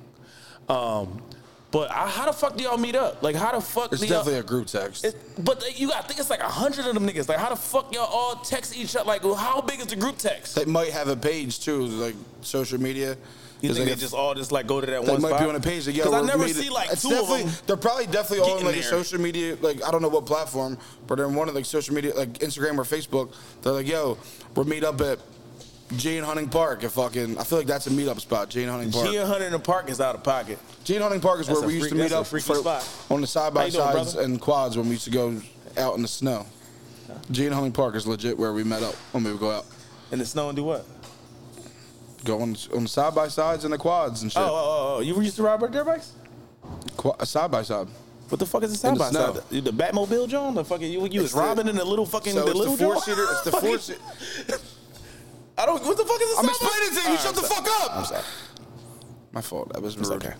Um, but I, how the fuck do y'all meet up? Like how the fuck
It's
do y'all?
definitely a group text.
It, but they- you gotta think it's like a hundred of them niggas. Like how the fuck y'all all text each other? Like how big is the group text?
they might have a page too, like social media.
You
It's
think
like
they
a-
just all just like go to that
They
one
might
spot?
be on a page that yeah.
Because I
we're
never
meeting-
see like
It's
two of
definitely-
them.
They're probably definitely all on
getting
like a
there.
social media, like I don't know what platform, but they're on one of like social media, like Instagram or Facebook. They're like, yo, we're meet up at Gene Hunting Park. If fucking, I feel like that's a meetup spot. Gene Hunting Park.
G Hunter in the park is out of pocket.
Gene Hunting Park is
That's
where
a
we used
freak-
to meet
that's a
up
freaky spot.
on the side by
you doing,
sides
brother?
and quads when we used to go out in the snow. Gene Hunting Park is legit where we met up when we would go out,
In the snow and do what?
go on on side by sides and the quads and shit,
Oh, oh, oh, oh, you used to ride dirt bikes?
Qua- side by side.
What the fuck is the
In
side
the
by side?
snow.
The, the Batmobile, John? The fucking you, you was
the-
robbing in the little fucking
So
the
it's
little
the four
John?
seater. It's the
[LAUGHS] Fucking-
four seater.
I don't. What the fuck is the
I'm
side by-
explaining to you.
All
You
right,
shut the
I'm sorry.
fuck up.
I'm sorry.
My fault. That was rude.
okay.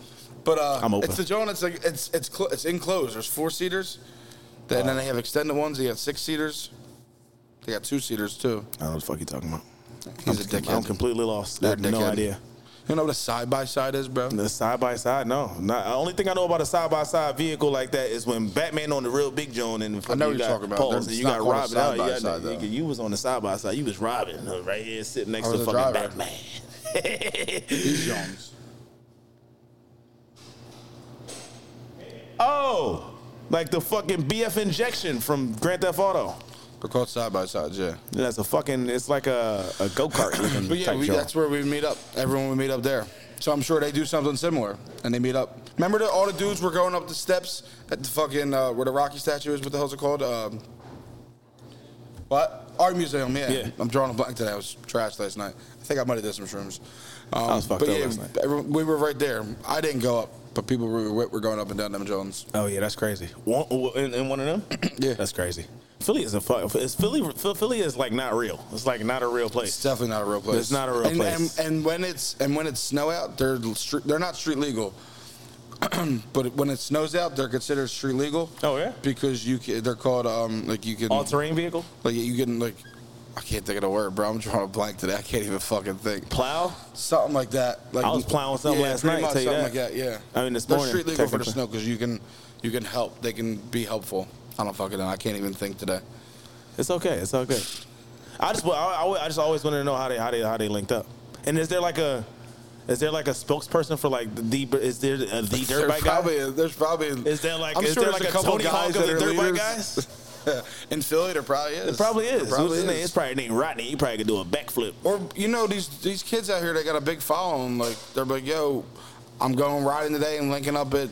But uh,
I'm open.
it's the joint. It's like it's it's cl- it's enclosed. There's four seaters, then and then they have extended ones. They got six seaters. They got two seaters too.
I don't know what the fuck you talking about.
He's a
I'm,
dickhead.
I'm completely lost. I
You're a
have no
dickhead.
idea.
You know what a side by side is, bro?
The side by side, no. Not, the only thing I know about a side by side vehicle like that is when Batman on the real Big John and fucking
know what
you
you're
got
talking about.
Paul's
There's-
and you
it's not
got
called a
robbed out. You,
side-by-side,
got-
though.
you, you was on the side by side. You was robbing uh, right here, sitting next
I
to
was a
fucking
driver.
Batman. [LAUGHS]
These joints.
oh, like the fucking BF injection from Grand Theft Auto.
They're called side by sides. Yeah.
That's a fucking. It's like a, a go kart
[COUGHS]
looking
But yeah,
type
we,
joint.
that's where we meet up. Everyone would meet up there. So I'm sure they do something similar, and they meet up. Remember, the, all the dudes were going up the steps at the fucking uh, where the Rocky statue is. What the hell's it called? Um, what art museum? Yeah.
Yeah.
I'm drawing a blank today. I was trash last night. I think I might have did some shrooms. Um,
was fucked
but
up
yeah,
last night.
everyone- we were right there. I didn't go up, but people we were with were going up and down them Jones.
Oh yeah, that's crazy. One in, in one of them.
Yeah.
that's crazy. Philly is a fuck. It's Philly. Philly is like not real. It's like not a real place.
It's definitely not a real place.
It's not a real
and,
place.
And, and when it's and when it's snow out, they're street, they're not street legal. [CLEARS THROAT] but when it snows out, they're considered street legal.
Oh, yeah?
because you ca they're called um like you can
All terrain vehicle.
like you can like I can't think of the word, bro. I'm drawing a blank today. I can't even fucking think.
Plow.
Something like that. Like
I was plowing something
yeah,
last
pretty
night,
Much,
tell you
something
that.
like that. Yeah.
I mean, this
they're
morning,
street legal for the
technically.
snow because you can you can help. They can be helpful. I don't fucking know. I can't even think today.
It's okay. It's okay. I just I, I, I just always wanted to know how they how they how they linked up. And is there like a is there like a spokesperson for like the is there a the dirt
There's
bike guy?
probably, There's probably.
Is there like- is there
there's
like a Tony Hawk of the dirt bike guys?
[LAUGHS] In Philly, there probably is.
It probably is.
There probably
What's his name?
is.
It's probably named Rodney. He probably could do a backflip.
Or you know these these kids out here, they got a big following. Like they're like, yo, I'm going riding today and linking up at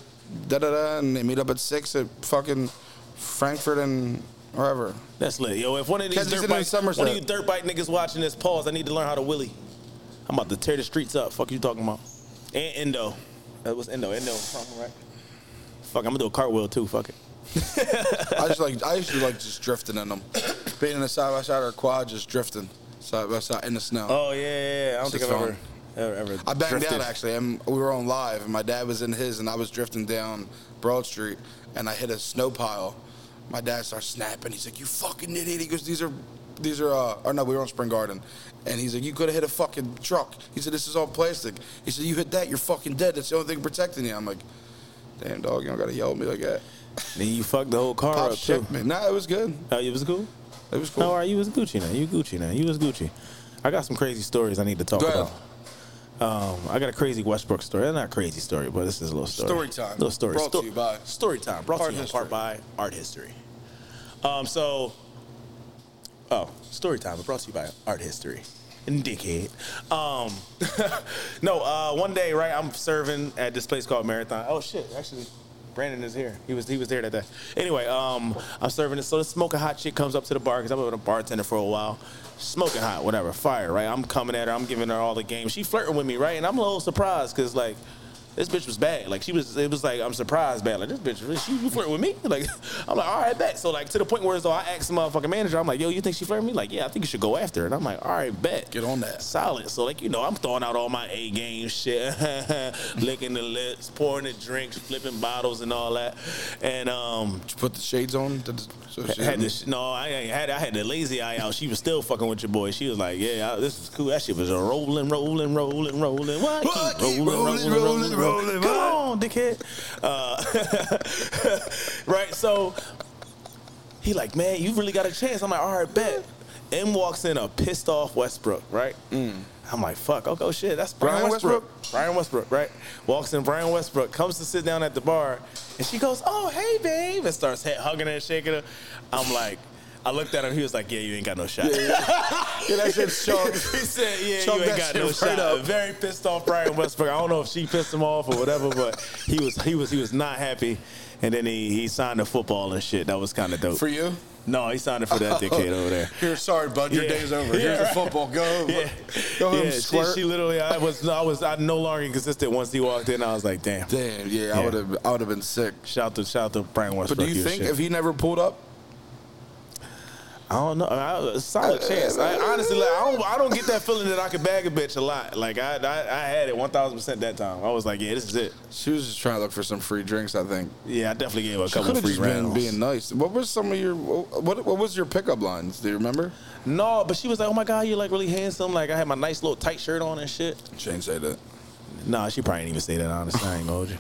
da da da, and they meet up at six at fucking Frankfurt and wherever.
That's lit. Yo, if one of these
Catch us in
dirt
the
bike,
Somerset.
one of you dirt bike niggas watching this, pause. I need to learn how to willy. I'm about to tear the streets up. Fuck you talking about? And Endo. That was Endo. Endo. Fuck, I'm Right. Fuck, I'm gonna do a cartwheel too. Fuck it.
I just like I used to like just drifting in them, being in a side by side or quad, just drifting side by side in the snow.
Oh yeah, yeah, yeah. I don't think I've
Six
ever, ever, ever.
I banged
drifted.
out actually, and we were on live, and my dad was in his, and I was drifting down Broad Street, and I hit a snow pile. My dad starts snapping. He's like, "You fucking idiot!" He goes, "These are, these are." Uh, or no, we were on Spring Garden, and he's like, "You could have hit a fucking truck." He said, "This is all plastic." He said, "You hit that, you're fucking dead. That's the only thing protecting you." I'm like, "Damn dog, you don't gotta yell at me like that."
Then you fucked the whole car
Pop
up too.
checked me. Nah, it was good.
Oh, you was cool.
It was cool.
No, all right, you was Gucci now. You Gucci now. You was Gucci. I got some crazy stories I need to talk
Go ahead.
about. Um, I got a crazy Westbrook story. Not a crazy story, but this is a little story.
Story time.
Little story.
Brought to
Sto-
you by-
Story time. Brought
Art
to you in
history.
part by Art History. Um, so, oh, story time. Brought to you by Art History. Dickhead. Um, [LAUGHS] no, uh, one day, right? I'm serving at this place called Marathon. Oh shit! Actually, Brandon is here. He was he was there that day. Anyway, um, I'm serving this. So this smoking hot chick comes up to the bar because I've been a bartender for a while. Smoking hot, whatever, fire, right? I'm coming at her. I'm giving her all the game. She flirting with me, right? And I'm a little surprised because like. This bitch was bad. Like she was, it was like I'm surprised bad. Like this bitch, she you flirt with me? [LAUGHS] Like I'm like, all right, bet. So like to the point where so I asked the motherfucking manager, I'm like, yo, you think she flirting with me? Like, yeah, I think you should go after her. And I'm like, all right, bet.
Get on that.
Solid. So like you know, I'm throwing out all my A game shit, [LAUGHS] licking the lips, pouring the drinks, flipping bottles and all that. And um,
Did you put the shades on? Did the- so she-
had this no, I ain't had I had the lazy eye out. She was still fucking with your boy. She was like, yeah, I- this is cool. That shit was a rolling, rolling, rolling, rolling. What?
What?
Keep
Keep rolling, rolling, rolling.
Come
What?
on, dickhead. Uh, [LAUGHS] right. So he like, man, you really got a chance. I'm like, all right, bet. M walks in a pissed off Westbrook, right? I'm like, fuck, okay, oh shit, that's Mm. Brian,
Brian
Westbrook.
Westbrook?
Brian Westbrook, right? Walks in, Brian Westbrook comes to sit down at the bar, and she goes, oh, hey, babe, and starts he- hugging her and shaking her. I'm like, I looked at him, he was like, yeah, you ain't got no shot. [LAUGHS]
Yeah, that shit's
he
chalk.
said, yeah,
Chunk
you ain't
that
got
shit
no
right
shot.
up.
Very pissed off Brian Westbrook. I don't know if she pissed him off or whatever, but he was he was he was not happy. And then he, he signed the football and shit. That was kind of dope.
For you?
No, he signed it for
[LAUGHS] Oh.
that dickhead over there.
Here, sorry, bud. Your
Yeah.
day's over.
Yeah,
Here's
right.
the football. Go.
Yeah,
Go home,
yeah. She,
squirt.
she literally, I was, I was, I no longer consistent once he walked in. I was like, damn.
Damn. Yeah, I
Yeah.
would have. I would have been sick.
Shout to, shout to Brian
But do
Westbrook.
you
was
think
shit.
if he never pulled up,
I don't know. I, a
Uh,
solid chance. I, honestly, like, I don't. I don't get that feeling that I could bag a bitch a lot. Like I, I, I had it one thousand percent that time. I was like, yeah, this is it.
she was just trying to look for some free drinks? I think.
Yeah, I definitely gave her a
She could
couple
have
free
just been
rounds.
being nice. What were some of your what? What was your pickup lines? Do you remember?
no, but she was like, oh my god, you're like really handsome. Like I had my nice little tight shirt on and shit.
Shane said that.
Nah, she probably didn't even say that. Honestly, I ain't gonna hold you.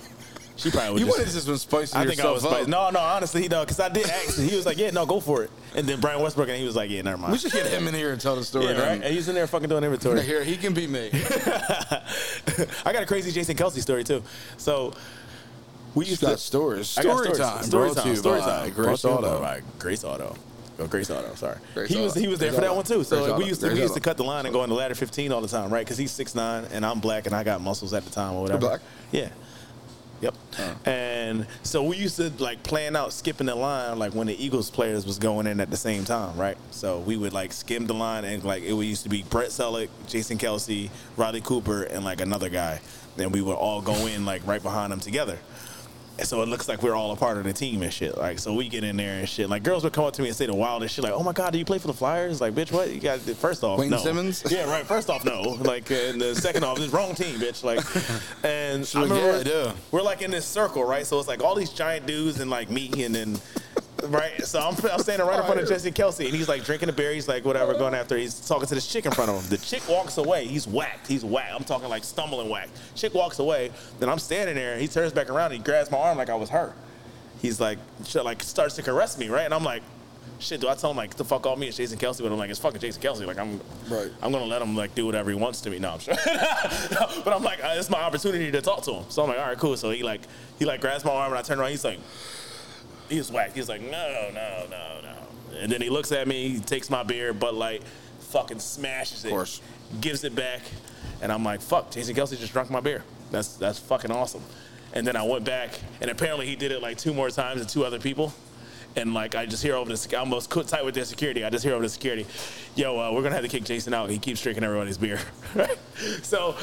She probably was
You
just,
would have just been spicing
I think I
yourself
was. Spicy.
up.
No, no, honestly, no, because I did ask. him. He was like, "Yeah, no, go for it." And then Brian Westbrook, and he was like, "Yeah, never mind."
We should get him in here and tell the story.
yeah, right. And he's in there fucking doing inventory.
[LAUGHS]
[LAUGHS]
Here, he can be me.
I got a crazy Jason Kelsey story too. So we
He's
used to
got stories.
I got
Story time.
Story
brought to
time.
you
Story
by
time. Brought
Grace
to you
Auto.
by Grace Auto. Oh, Grace Auto. Sorry.
Grace
he was
Auto.
he was there
Grace
for that
Auto.
one too. So
Grace
like, we
Auto.
used to
Grace
we used to
Auto.
cut the line and go into ladder 15 all the time, right? Because he's 6'9 and I'm black and I got muscles at the time or whatever.
black?
Yeah. Yep. And so we used to like plan out skipping the line like when the Eagles players was going in at the same time, right? So we would like skim the line and like it would used to be Brett Selleck, Jason Kelsey, Riley Cooper, and like another guy. Then we would all go in like right behind them together. And so it looks like we're all a part of the team and shit. Like, so we get in there and shit. Like, girls would come up to me and say the wildest shit, like, oh my God, do you play for the Flyers? Like, bitch, what? You got, first off,
Wayne
no.
Simmons?
Yeah, right. First off, no. Like, and the second off, it's wrong team,
[LAUGHS]
bitch. Like, and I
like,
remember
"Yeah, I do."
we're like in this circle, right? So it's like all these giant dudes and like me and then. Right, so I'm, I'm standing right in front of Jesse Kelsey, and he's like drinking the beer. He's like, whatever, going after. He's talking to this chick in front of him. The chick walks away. He's whacked. He's whacked. I'm talking like stumbling whacked. Chick walks away. Then I'm standing there. He turns back around. And he grabs my arm like I was hurt. He's like, sh- like starts to caress me, right? And I'm like, shit. Do I tell him like the fuck all me? It's Jason Kelsey, but I'm like, it's fucking Jason Kelsey. Like I'm,
Right.
I'm gonna let him like do whatever he wants to me. No, I'm sure. [LAUGHS] but I'm like, uh, it's my opportunity to talk to him. So I'm like, all right, cool. So he like, he like grabs my arm and I turn around. He's like, he was whacked. He's like, no, no, no, no. And then he looks at me. He takes my beer, Bud Light, fucking smashes it.
course.
Gives it back, and I'm like, fuck. Jason Kelsey just drank my beer. That's that's fucking awesome. And then I went back, and apparently he did it like two more times to two other people. And like I just hear over the sec- I almost cut tight with their security. I just hear over the security, yo, uh, we're gonna have to kick Jason out. He keeps drinking everybody's beer. [LAUGHS] so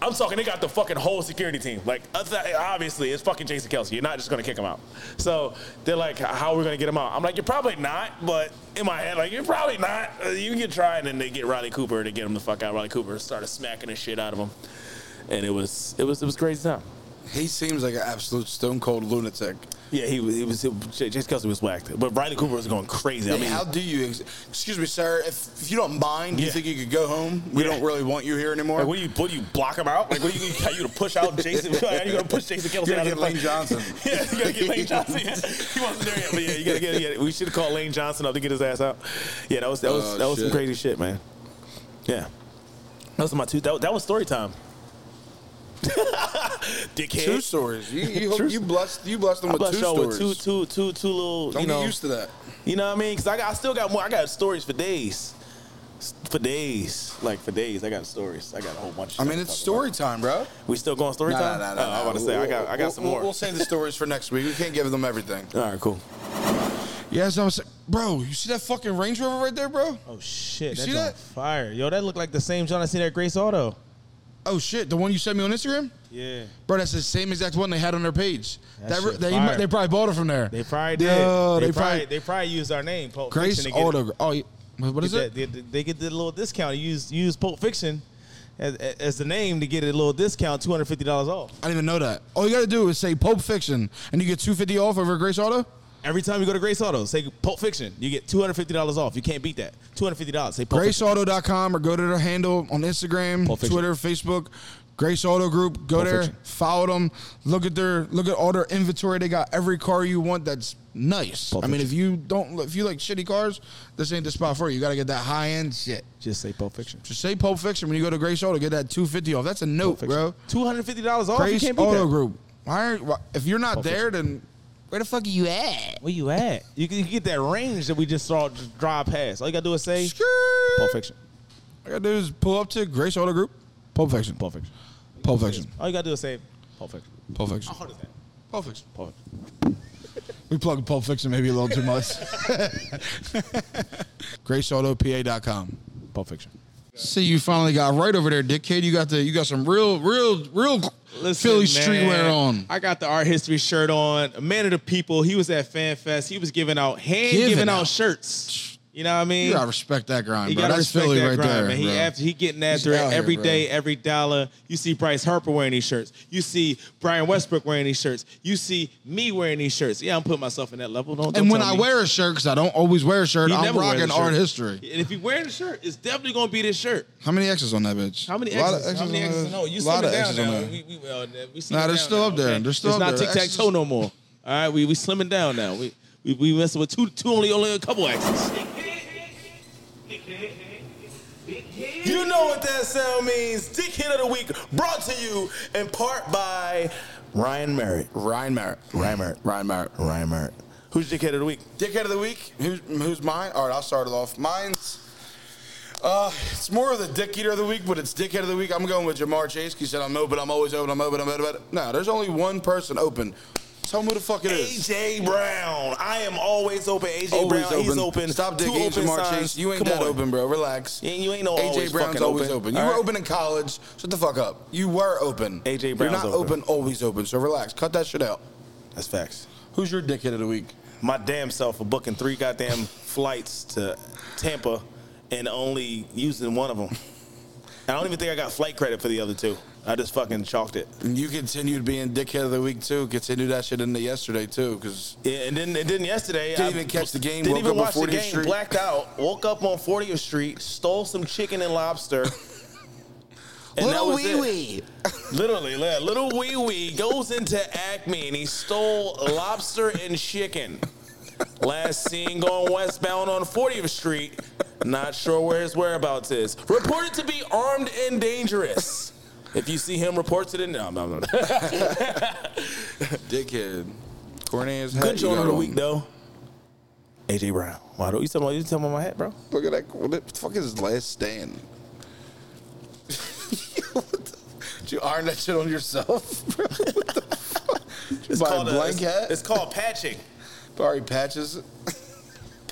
I'm talking. They got the fucking whole security team. Like other- obviously, it's fucking Jason Kelsey. You're not just gonna kick him out. So they're like, ah, "How are we gonna get him out?" I'm like, "You're probably not." But in my head, like, "You're probably not." Uh, You can try, and then they get Riley Cooper to get him the fuck out. Riley Cooper started smacking the shit out of him, and it was it was it was crazy time.
He seems like an absolute stone cold lunatic.
Yeah, he was. He was he, Jason Kelsey was whacked, but Riley Cooper was going crazy. I mean,
how do you? Ex- excuse me, sir. If, if you don't mind, do you
Yeah.
think you could go home? We
Yeah.
don't really want you here anymore.
Like, what do you what do you block him out? Like, what do you how you gonna push out Jason? [LAUGHS] How you gonna push Jason Kelsey
You're
out
gonna
of
get
the-
Lane Johnson.
[LAUGHS] yeah, you
[LAUGHS]
gotta get Lane Johnson. Yeah. He wasn't there yet, but yeah, you gotta get. Yeah, we should call Lane Johnson up to get his ass out. Yeah, that was that was
Oh,
that was some
shit.
crazy shit, man. Yeah, that was my two. That, that was story time. [LAUGHS] Dickhead.
two stories. You you,
True-
you blessed you blessed them
I
with two
blessed y'all
stories.
with two, two, two, two little.
don't
you
get
know,
used to that.
you know what I mean? Because I, got- I still got more. I got stories for days. S- For days. Like, for days. I got stories. I got a whole bunch of
I
stuff
mean,
to
it's
talk
story
about.
time, bro.
We still going story time?
Nah, nah, nah,
Oh, I
nah.
want to say, I got, I got
We'll-
some
we'll-
more.
We'll save the stories for next week. We can't give them everything.
All right, cool.
Yeah, so I'm saying, bro, you see that fucking Range Rover right there, bro?
Oh shit!
You
That's
see
on
that?
fire, yo. That looked like the same John I seen at Grace Auto.
Oh shit, the one you sent me on Instagram,
Yeah.
bro. That's the same exact one they had on their page.
That
That, re-
shit
they,
fire.
they probably bought it from there.
They probably did.
Yo,
they,
they
probably,
probably-
they probably used our name. Pulp
Grace
Fiction, to get-
Auto. Oh, yeah. What- what is
get
it?
that- they, they get the little discount. Use use Pulp Fiction as, as the name to get a little discount, two hundred fifty dollars off.
I didn't even know that. All you gotta do is say Pulp Fiction, and you get two fifty off over Grace Auto.
Every time you go to Grace Auto, say Pulp Fiction. You get two hundred fifty dollars off. You can't beat that. Two hundred fifty dollars. Say Pulp Fiction.
GraceAuto.com or go to their handle on Instagram,
Pulp Fiction.
Twitter, Facebook. Grace Auto Group. Go there,
Fiction.
follow them. Look at their look at all their inventory. They got every car you want. That's nice. I mean, if you don't, if you like shitty cars, this ain't the spot for you. You gotta get that high end shit.
Just say Pulp Fiction.
Just say Pulp Fiction when you go to Grace Auto. Get that two fifty off. That's a note, bro.
Two hundred fifty dollars off. you
Grace
can't beat
Auto
that.
Group. Why aren't why- if you're not there, then where the fuck are you at?
Where you at? You can, you can get that range that we just saw just drive past. All you gotta do is say Pulp Fiction.
All I gotta do is pull up to Grace Auto Group. Pulp Fiction. Pulp Fiction. Pulp Fiction.
All you gotta do is say Pulp Fiction.
Pulp Fiction.
What is that?
Pulp Fiction.
Pulp.
[LAUGHS] We plugged Pulp Fiction maybe a little too
[LAUGHS]
much. GraceAutoPA.com.
Pulp Fiction.
See, you finally got right over there, dickhead. You got the you got some real, real, real Philly streetwear on.
I got the art history shirt on. A man of the people. He was at Fan Fest. He was giving out hand
Giving
giving, out.
out.
shirts. You know what I mean?
You gotta respect that grind,
You
bro.
gotta
That's
respect
Philly
that
right
grind,
there.
man. He
bro.
after he getting after
out
it
here,
every
bro.
day, every dollar. You see Bryce Harper wearing these shirts. You see Brian Westbrook wearing these shirts. You see me wearing these shirts. Yeah, I'm putting myself in that level. Don't. don't
and when
tell
I
me.
wear a shirt, because I don't always wear a shirt,
He
I'm
never wears
rocking
a shirt.
art history.
and if you wearing the shirt, it's definitely gonna be this shirt.
How many X's on that bitch?
How many
A lot
X's?
of
How many
on
X's?
that-
No, you
a
see
lot
them
of
down
X's on
now.
that.
We, we, well, we see
Nah,
them
they're
down
still
now,
up there.
okay?
They're still
It's
up
not
there.
tic tac toe no more. All right, we we slimming down now. We we we messing with two two only only a couple axes.
You know what that sound means. Dick Hit of the Week brought to you in part by Ryan Merritt.
Ryan Merritt.
Ryan Merritt.
Ryan Merritt.
Ryan Merritt. Who's Dick Hit of the Week?
Dickhead of the week. Who's, who's mine? All right, I'll start it off. Mine's. Uh, it's more of the dick eater of the week, but it's dickhead of the week. I'm going with Jamar Chase. 'cause He said, "I'm open. I'm always open. I'm open. I'm open." I'm open." No, there's only one person open. Tell me who the fuck it is.
AJ Brown. I am always open. AJ
Always
Brown. He's open.
Stop
Two
digging
open
Jamar
signs.
Chase. You ain't
Come
that
on.
open, bro. Relax.
Yeah, you ain't no always
AJ Brown's
fucking
always
open.
open. You
All
were
right.
open in college. Shut the fuck up. You were open.
AJ
You're
Brown's
not
open.
open. Always open. So relax. Cut that shit out.
That's facts.
Who's your dickhead of the week?
my damn self for booking three goddamn flights to Tampa and only using one of them. I don't even think I got flight credit for the other two. I just fucking chalked it.
And you continued being dickhead of the week too. Continued that shit into yesterday too, because
Yeah, and then and then yesterday
Didn't
I
even catch the game,
Didn't
woke
even
up on
watch the
40th
game.
Street.
Blacked out. Woke up on 40th Street. Stole some chicken and
[LAUGHS]
lobster. And
Little
it. Literally, li- little wee wee goes into Acme and he stole lobster and chicken. Last seen going westbound on 40th Street. Not sure where his whereabouts is. Reported to be armed and dangerous. If you see him, report to the. No, no, no.
dickhead. Corny as
Good joint of the week though. AJ Brown. Why don't you tell me? You tell me my hat, bro.
Look at that. What the fuck is his last stand? What the- Did [LAUGHS] you iron that shit on yourself, bro? What the fuck? Did you buy a
Called a-
blank
[LAUGHS] it's-
hat?
It's called patching.
Sorry, patches.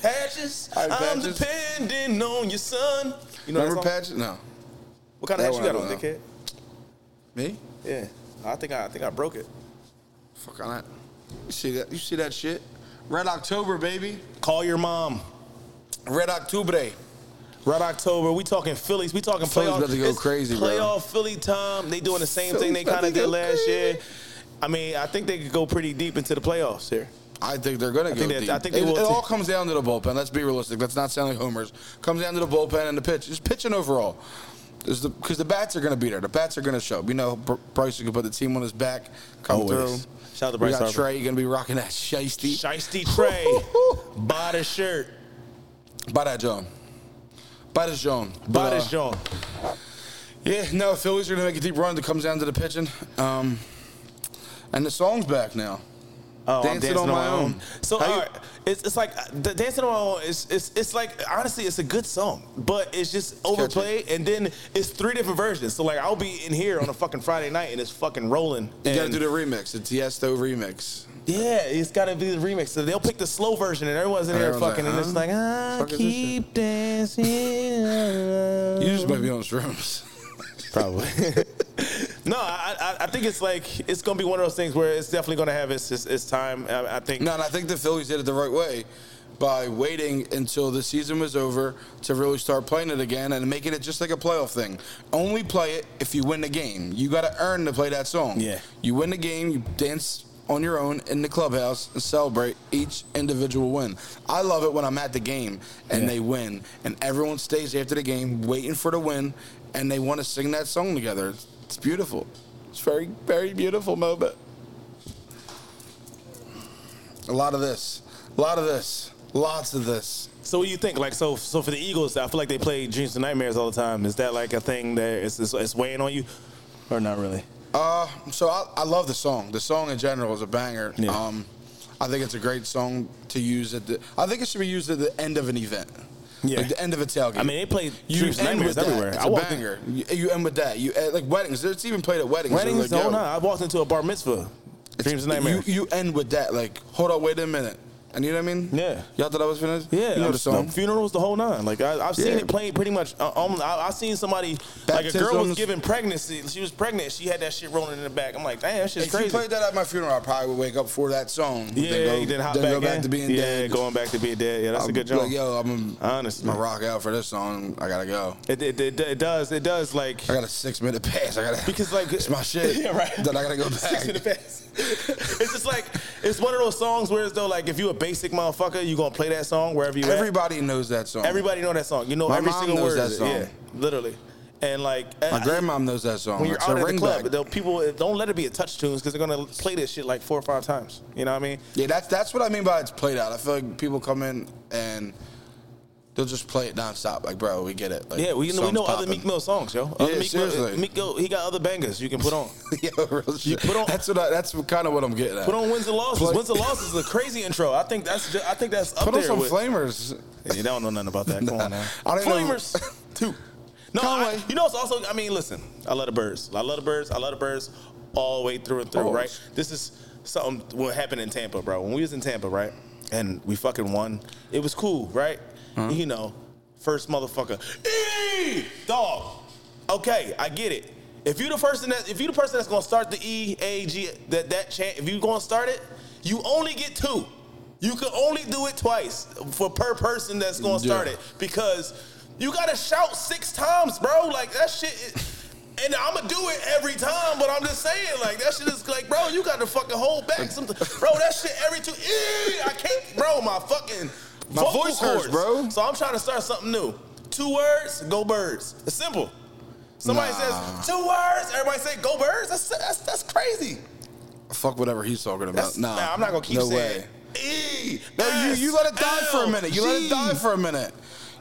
Patches.
All right,
I'm
patches.
depending on your son. You know that
Remember
song?
patches? No.
What kind
That
of
one
hat you got
Oh, I
on,
don't know.
dickhead?
Me?
Yeah, I think I, I think I broke it.
Fuck on that. You see that? You see that shit? Red October, baby.
Call your mom.
Red October.
Red October. We talking Phillies. We talking
Phillies
playoff.
about to go
it's
crazy, bro.
Playoff Philly time. They doing the same thing
Phillies
they
about
kind of
to
did
go
last
crazy.
year. I mean, I think they could go pretty deep into the playoffs here.
I think they're gonna go
think that-
deep.
I think they
it,
will
it
too.
all comes down to the bullpen. Let's be realistic. Let's not sound like homers. Comes down to the bullpen and the pitch. Just pitching overall, because the, 'cause the bats are gonna be there. The bats are gonna show. up. You know, Br- Bryce can put the team on his back. Come
Always.
through.
Shout out to
We
Bryce
got
Harper.
Trey. You're gonna be rocking that shiesty.
Shiesty
[LAUGHS]
Trey. Buy the shirt.
Buy that John. Buy this John. But,
Buy this
uh,
joint.
Yeah, no, Phillies are gonna make a deep run. It comes down to the pitching. Um, and the song's back now.
Oh,
Dancing on My Own.
So
How you-
all right, it's, it's like uh, the dancing on my own. It's, it's it's like honestly, it's a good song, but it's just overplayed, and then it's three different versions. So like, I'll be in here on a fucking Friday night, and it's fucking rolling.
You gotta
And-
do the remix. The Tiesto remix.
Yeah, it's got to be the remix. So they'll pick the slow version, and everyone's in there
Everyone's
fucking,
like,
and it's like, I
Fuck is this
keep dancing.
[LAUGHS] You just might be on [LAUGHS] shrooms.
Probably. no, I, I I think it's like it's gonna be one of those things where it's definitely gonna have its its, its time. I, I think.
No, and I think the Phillies did it the right way by waiting until the season was over to really start playing it again and making it just like a playoff thing. Only play it if you win the game. You got to earn to play that song.
Yeah.
You win the game, you dance on your own in the clubhouse and celebrate each individual win. I love it when I'm at the game and they win and everyone stays after the game waiting for the win and they want to sing that song together. It's, it's beautiful. It's very very beautiful moment. A lot of this. A lot of this. Lots of this.
So what do you think? Like so so for the Eagles, I feel like they play Dreams and Nightmares all the time. Is that like a thing that is is, is weighing on you, or not really?
Uh, so I, I love the song. The song in general is a banger.
Yeah.
Um, I think it's a great song to use at the. I think it should be used at the end of an event.
Yeah.
Like the end of a tailgate.
I mean, they play
You
Dreams and
end with
Nightmares
that.
everywhere.
It's
I
a
walked in-
banger. You, you end with that. You uh, like weddings. It's even played at weddings. They're
Weddings,
like,
no,
yo,
no. I walked into a bar mitzvah. Dreams and Nightmares.
You, you end with that. Like, hold on, wait a minute. And you know what I mean?
Yeah.
Y'all thought I was finished?
yeah,
You know
I'm-
the song.
funerals, the whole nine. Like I, I've seen
Yeah.
it played pretty much. Uh, um, I, I seen somebody like a girl was
Baptisms.
given pregnancy. She was pregnant. She had that shit rolling in the back. I'm like, damn, that shit's
If
crazy.
you played that at my funeral, I probably would wake up for that song.
yeah,
then go,
then hop
then
back,
go back
in.
to being
yeah,
dead.
going back to being dead. Yeah, that's
I'm
a good
like,
job.
yo, I'm
Honestly.
I'm gonna rock out for this song. I gotta go.
It, it, it, it does. It does. Like
I got a six minute pass. I gotta
[LAUGHS] Because, like-
it's my shit.
[LAUGHS] Yeah, right.
Then I gotta go back.
Six in the past. [LAUGHS] it's just like it's one of those songs where it's though like if you a basic motherfucker, you gonna play that song wherever you
[LAUGHS]
at.
Everybody knows that song.
everybody know that song. You know
My
every
mom
single
knows
word.
that
is-
song.
Yeah, literally. And like
My
I-
grandmom knows that song.
when you're
it's a
out at the
ring
club,
back.
though, people don't let it be a touch tunes because they're gonna play this shit like four or five times. You know what I mean?
Yeah, that's that's what I mean by it's played out. I feel like people come in and they'll just play it nonstop. Like, bro, we get it. Like,
Yeah, we, we
song's
know other
popping.
Meek Mill songs, yo. Other
Yeah,
Meek Mill,
seriously.
Meek Mill, he got other bangers you can put [LAUGHS] on.
[LAUGHS] yeah, real shit.
put on-
that's what I, that's kind of what I'm getting at.
Put on wins and losses.
Play-
Wins and losses is a crazy intro. I think that's just, I think that's up
Put on
there
some
with.
flamers.
You don't know nothing about that. Come on now.
I don't even know-
Flamers
[LAUGHS]
two. No, I,
Conway.
you know it's also. I mean, listen. I love the birds. I love the birds. I love the birds all the way through and through.
Of
Right.
course.
This is something what happened in Tampa, bro. When we was in Tampa, right, and we fucking won. It was cool, right?
Uh-huh.
You know, first motherfucker. E dog. Okay, I get it. If you the person that if you the person that's gonna start the E A G that that chant, if you gonna start it, you only get two. You can only do it twice for per person that's gonna start it because you gotta shout six times, bro. Like that shit. Is, and I'ma do it every time, but I'm just saying, like that shit is like, bro, you got to fucking hold back. Something, bro, that shit every two. E, I can't, bro. My fucking
My
vocal
voice hurts,
cords.
bro.
So I'm trying to start something new. Two words, go birds. It's simple. Somebody
Nah.
says two words, everybody say go birds. That's that's, that's crazy.
Fuck whatever he's talking about.
That's,
Nah,
nah, I'm not gonna keep
no
saying.
Way.
Way. E,
No, you, you let it die
S,
for a minute. You let it
G.
die for a minute.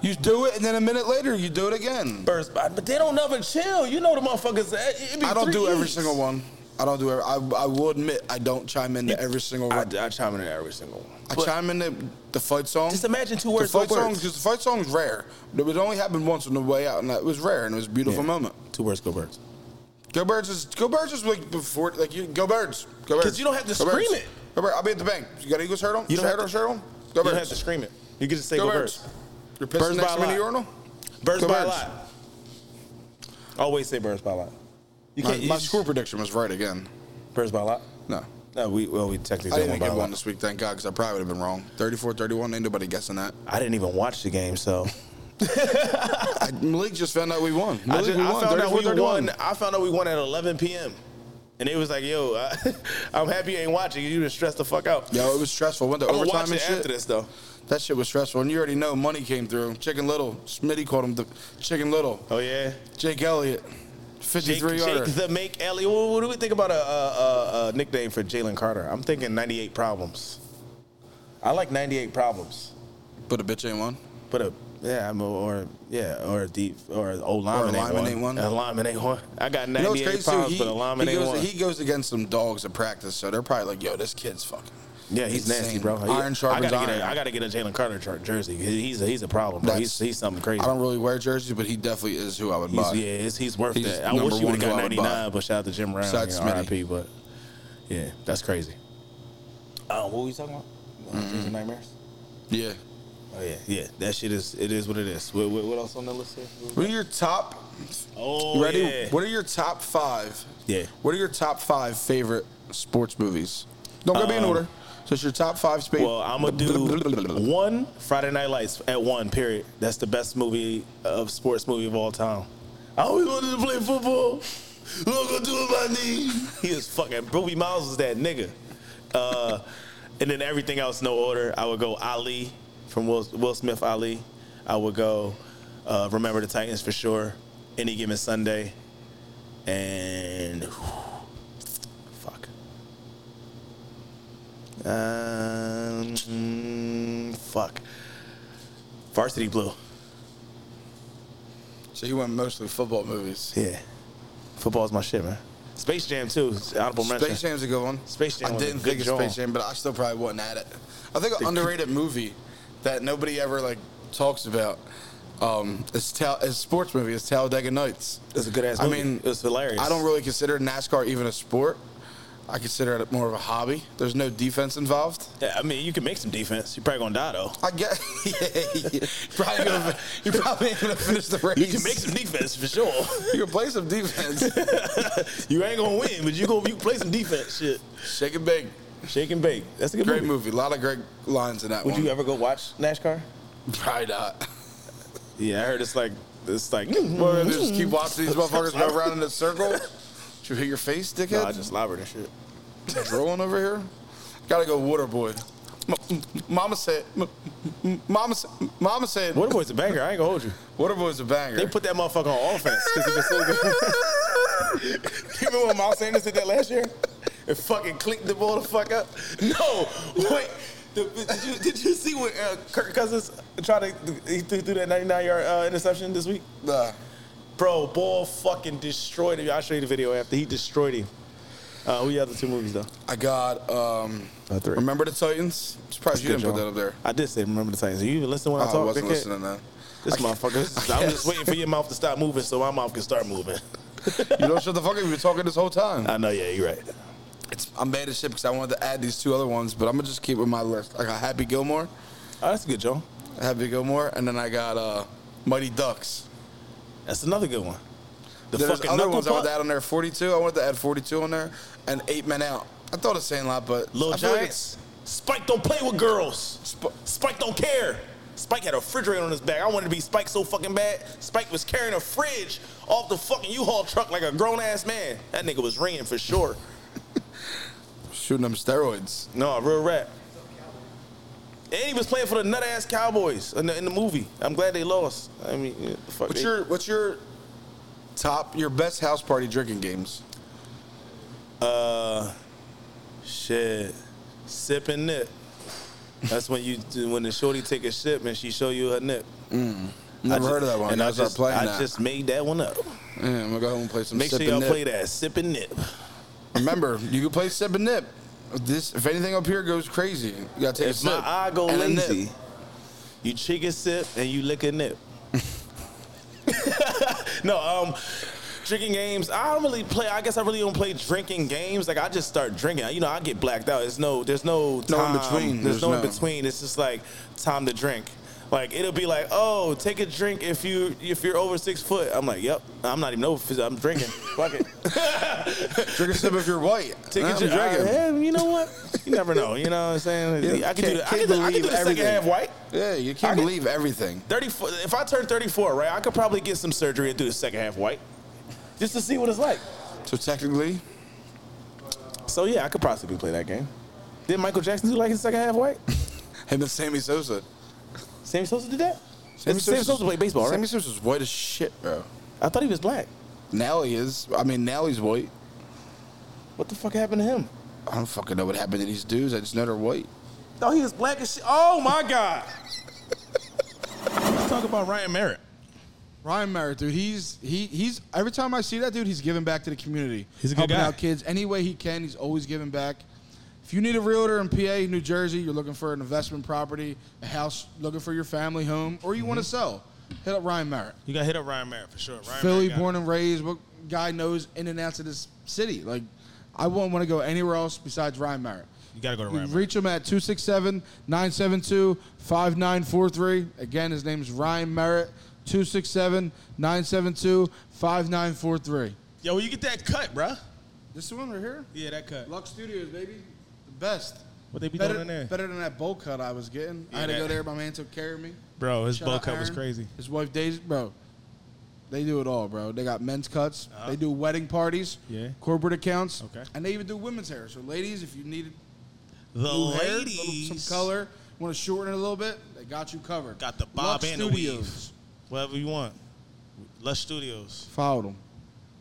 You do it, and then a minute later, you do it again.
Birds, but but they don't never chill. You know the motherfuckers. eh, it be
I don't
three
do every
E's.
single one. I don't do every. I, I will admit, I don't chime into every single
I,
one.
I chime in every single one.
I
But
chime into the fight song.
Just imagine two
the
words.
fight
go
song,
birds.
because the fight song's rare. It was only happened once on the way out, and that was rare, and it was a beautiful moment.
two words. Go birds.
Go Birds is Go Birds is like before like you Go Birds. Go Birds.
'Cause you don't have to
Go
scream
Birds.
it.
Go Birds. I'll be at the bank. You got an Eagles shirt on?
You don't
shirt
have
on,
to-
shirt on.
You
Go
don't
Birds.
have to scream it. You can just say
Go
go,
Birds.
birds.
You're
Birds
pissing
by
next to me in the
lot.
urinal?
Birds
Go
by
Birds.
lot. Always say birds by lot. You
My,
can't.
my
you-
score prediction was right again.
Bears by a lot.
No.
No, we well we technically
I didn't
didn't won by
get
a
one
lot.
this week, thank God, because I probably would have been wrong. 34 31, ain't nobody guessing that.
I didn't even watch the game, [LAUGHS] so
I, Malik just found out we won. Malik,
I, just,
we
I
won.
found out
34,
we won. I found out we won at 11 p.m. And it was like, yo, I, [LAUGHS] I'm happy you ain't watching. You just stressed the fuck out.
Yo, it was stressful. Went to
I'm gonna watch
overtime and
it
shit.
after this though.
That shit was stressful. And you already know money came through. Chicken Little. Smitty called him the Chicken Little.
Oh yeah,
Jake Elliott.
Jake,
53 yarder.
Jake the Make Elliott. What, what do we think about a, a, a, a nickname for Jalen Carter? I'm thinking 98 problems. I like 98 problems,
But a bitch ain't one.
but a yeah, I'm a, or yeah, or a deep or an old lineman,
lineman ain't one.
A lineman ain't one. I got
You know
98
what's crazy too?
problems,
He,
but a lineman
he
ain't
goes,
one.
he goes against some dogs at practice, so they're probably like, yo, this kid's fucking.
Yeah, he's
Insane.
nasty, bro.
Iron
I
sharpens
gotta
iron.
Get a, I gotta get a Jalen Carter jer- jersey. He- He's a, he's a problem, bro. He's
That's-
he's something crazy.
I don't really wear jerseys, but he definitely is who I would
He's,
buy.
yeah, it's, he's worth
He's
it. I
number
wish he would
one who
have got
I would
99,
buy.
but shout out to Jim Brown,
Shout out
you
to
know,
Smitty.
RIP. But yeah, that's crazy. Uh, what were we talking about? Uh, Dreams and Nightmares.
Yeah.
Oh yeah, yeah. That shit is it is what it is. What, what, what else on the list? Here?
What are your top?
Oh
You ready?
yeah.
What are your top five?
Yeah.
What are your top five favorite sports movies? Don't go be in order. So it's your top five space.
Um, Well, I'm gonna do one Friday Night Lights at one period. That's the best movie of sports movie of all time. I always wanted to play football. Look what I do with my knee. [LAUGHS] He is fucking Booby Miles was that nigga. Uh, and then everything else no order. I would go Ali from Will, Will Smith Ali. I would go uh, Remember the Titans for sure. Any given Sunday. And fuck. Um, fuck. Varsity Blue.
So you went mostly football movies.
Yeah. Football's my shit, man. Space Jam too. It's Honorable mention.
Space Jam's a good one.
Space Jam
I
was a
didn't
good
think of
job.
Space Jam, but I still probably wasn't at it. I think an underrated movie that nobody ever like talks about. Um, it's ta- it's a sports movie. It's Talladega Nights.
It's a good ass
I
movie.
mean,
It was hilarious.
I don't really consider NASCAR even a sport. I consider it more of a hobby. There's no defense involved.
Yeah, I mean, you can make some defense. You're probably gonna die though.
I get [LAUGHS] yeah, probably gonna, you probably ain't gonna finish the race.
You can make some defense for sure. [LAUGHS]
you can play some defense.
you ain't gonna win, but you gonna you play some defense. Shit,
[LAUGHS] Shake it big.
shake and bake. That's a good
Great
movie.
movie. A lot of great lines in that
Would
one.
you ever go watch NASCAR?
Probably [LAUGHS] not.
Yeah, I heard it's like it's like.
Well, they
Mm-hmm.
just keep watching these motherfuckers go around in a circle. [LAUGHS] Did you hit your face,
No,
dickhead?
I just slobbered and shit.
Drooling over here. Gotta go, water boy. M- m- Mama said, m- m- Mama, said- Mama said,
Waterboy's a banger. I ain't gonna hold you.
Waterboy's a banger.
They put that motherfucker on offense because he was so good. [LAUGHS] you remember when Miles Sanders did that last year? And fucking clicked the ball the fuck up? No, wait. The, did, you, did you see when uh, Kirk Cousins tried to he threw, threw that 99 yard uh, interception this week?
Nah.
Bro, ball fucking destroyed him. I'll show you the video after. He destroyed him. Uh, who you other two movies though?
I got, um,
Uh, three.
remember the Titans? surprised you
Good
didn't put
job.
that up there. Oh,
I did say remember the Titans. You even listen when Oh, I,
I,
talk.
wasn't
dickhead?
listening then.
This motherfucker. this [LAUGHS] is- I'm
guess.
just waiting for your mouth to stop moving so my mouth can start moving.
You don't shut the fuck up. You've been talking this whole time.
I know. Yeah, you're right.
Uh, It's, I'm mad as shit because I wanted to add these two other ones, but I'm gonna just keep with my list. I got Happy Gilmore,
Oh, that's good, Joe.
Happy Gilmore, and then I got uh, Mighty Ducks.
That's another good one. The
There's
fucking
other
knuckle
ones I wanted to
puck.
add on there. 42. I wanted to add 42 on there and eight men out. I thought the same lot, but
Little
I feel like
Giants. Spike don't play with girls.
Sp-
Spike don't care. Spike had a refrigerator on his back. I wanted to be Spike so fucking bad. Spike was carrying a fridge off the fucking U-Haul truck like a grown ass man. That nigga was ringing for sure.
it's shooting them steroids.
No, real rap. And he was playing for the nut ass Cowboys in the, in the movie. I'm glad they lost. I mean, yeah, the fuck.
What's
they-
your What's your top your best house party drinking games?
Shit, sip and nip. That's when you when the shorty take a sip and she show you her nip.
Never
I
heard of
just-
that one.
And
Gotta
I
start
just,
playing
I
that.
just made that one up.
Yeah, I'm gonna go home and play some.
Make
sip
sure y'all
and nip.
play that sip and nip.
Remember, you can play sip and nip. This if anything up here goes crazy, you gotta take a
If
sip.
my eye go
and a nip.
lazy, you chicken sip and you lick a nip. [LAUGHS] no, um, drinking games. I don't really play. I guess I really don't play drinking games. Like I just start drinking. You know, I get blacked out. There's no, there's no
No
time.
in between.
There's,
There's
no,
no.
in between. It's just like time to drink. Like it'll be like, oh, take a drink if you if you're over six foot. I'm like, yep, I'm not even over. six- I'm drinking. Fuck [LAUGHS] it.
Drink a sip if you're white.
[LAUGHS] Take a
I'm
drink.
drinking.
Yeah, you know what? You never know. You know what I'm saying? I could do
can't-
the, I
can't
could do, I could
believe
do the second
everything.
half white.
Yeah, you can't believe everything.
34. If I turn 34, right, I could probably get some surgery and do the second half white, just to see what it's like.
So technically,
So yeah, I could possibly play that game. Did Michael Jackson do like his second half white?
him and Sammy Sosa.
Sammy Sosa did that.
Sammy
Sammy Sosa played baseball, right?
Sammy Sosa's white as shit, bro.
I thought he was black.
Now he is. I mean, now he's white.
What the fuck happened to him?
I don't fucking know what happened to these dudes. I just know they're white.
No, he was black as shit. Oh my god.
Let's talk about Ryan Merritt.
Ryan Merritt, dude, he's he he's every time I see that dude, he's giving back to the community.
He's a good
helping
guy.
out kids any way he can. He's always giving back. If you need a realtor in PA, New Jersey, you're looking for an investment property, a house, looking for your family home, or you want to sell, hit up Ryan Merritt.
Mm-hmm. You got to hit up Ryan Merritt for sure. Ryan
Philly,
Merritt got
born and raised. What guy knows in and outs of this city? Like, I wouldn't want to go anywhere else besides Ryan Merritt.
You gotta go to
You
Ryan
Reach him at 267 972 5943. Again, his name is Ryan Merritt, 267 972 5943.
it. Yo, where you get that cut, bruh?
This one right here?
Yeah, that cut.
Lux Studios, baby. The best.
What they be
Better,
doing in there?
better than that bowl cut I was getting. I had to
that-
go there. My man took care of me.
Bro, his
Shout
bowl
out
cut was
Aaron.
crazy.
His wife Daisy, bro. They do it all, bro. They got men's cuts. They do wedding parties.
Uh-huh. Yeah.
Corporate accounts.
Okay.
And they even do women's hair. So, ladies, if you need
The
blue hair, little-
ladies.
some color, want to shorten it a little bit, they got you covered.
Got the bob
Lux
and the weave.
Studios.
Whatever you want. Lush Studios.
Followed them.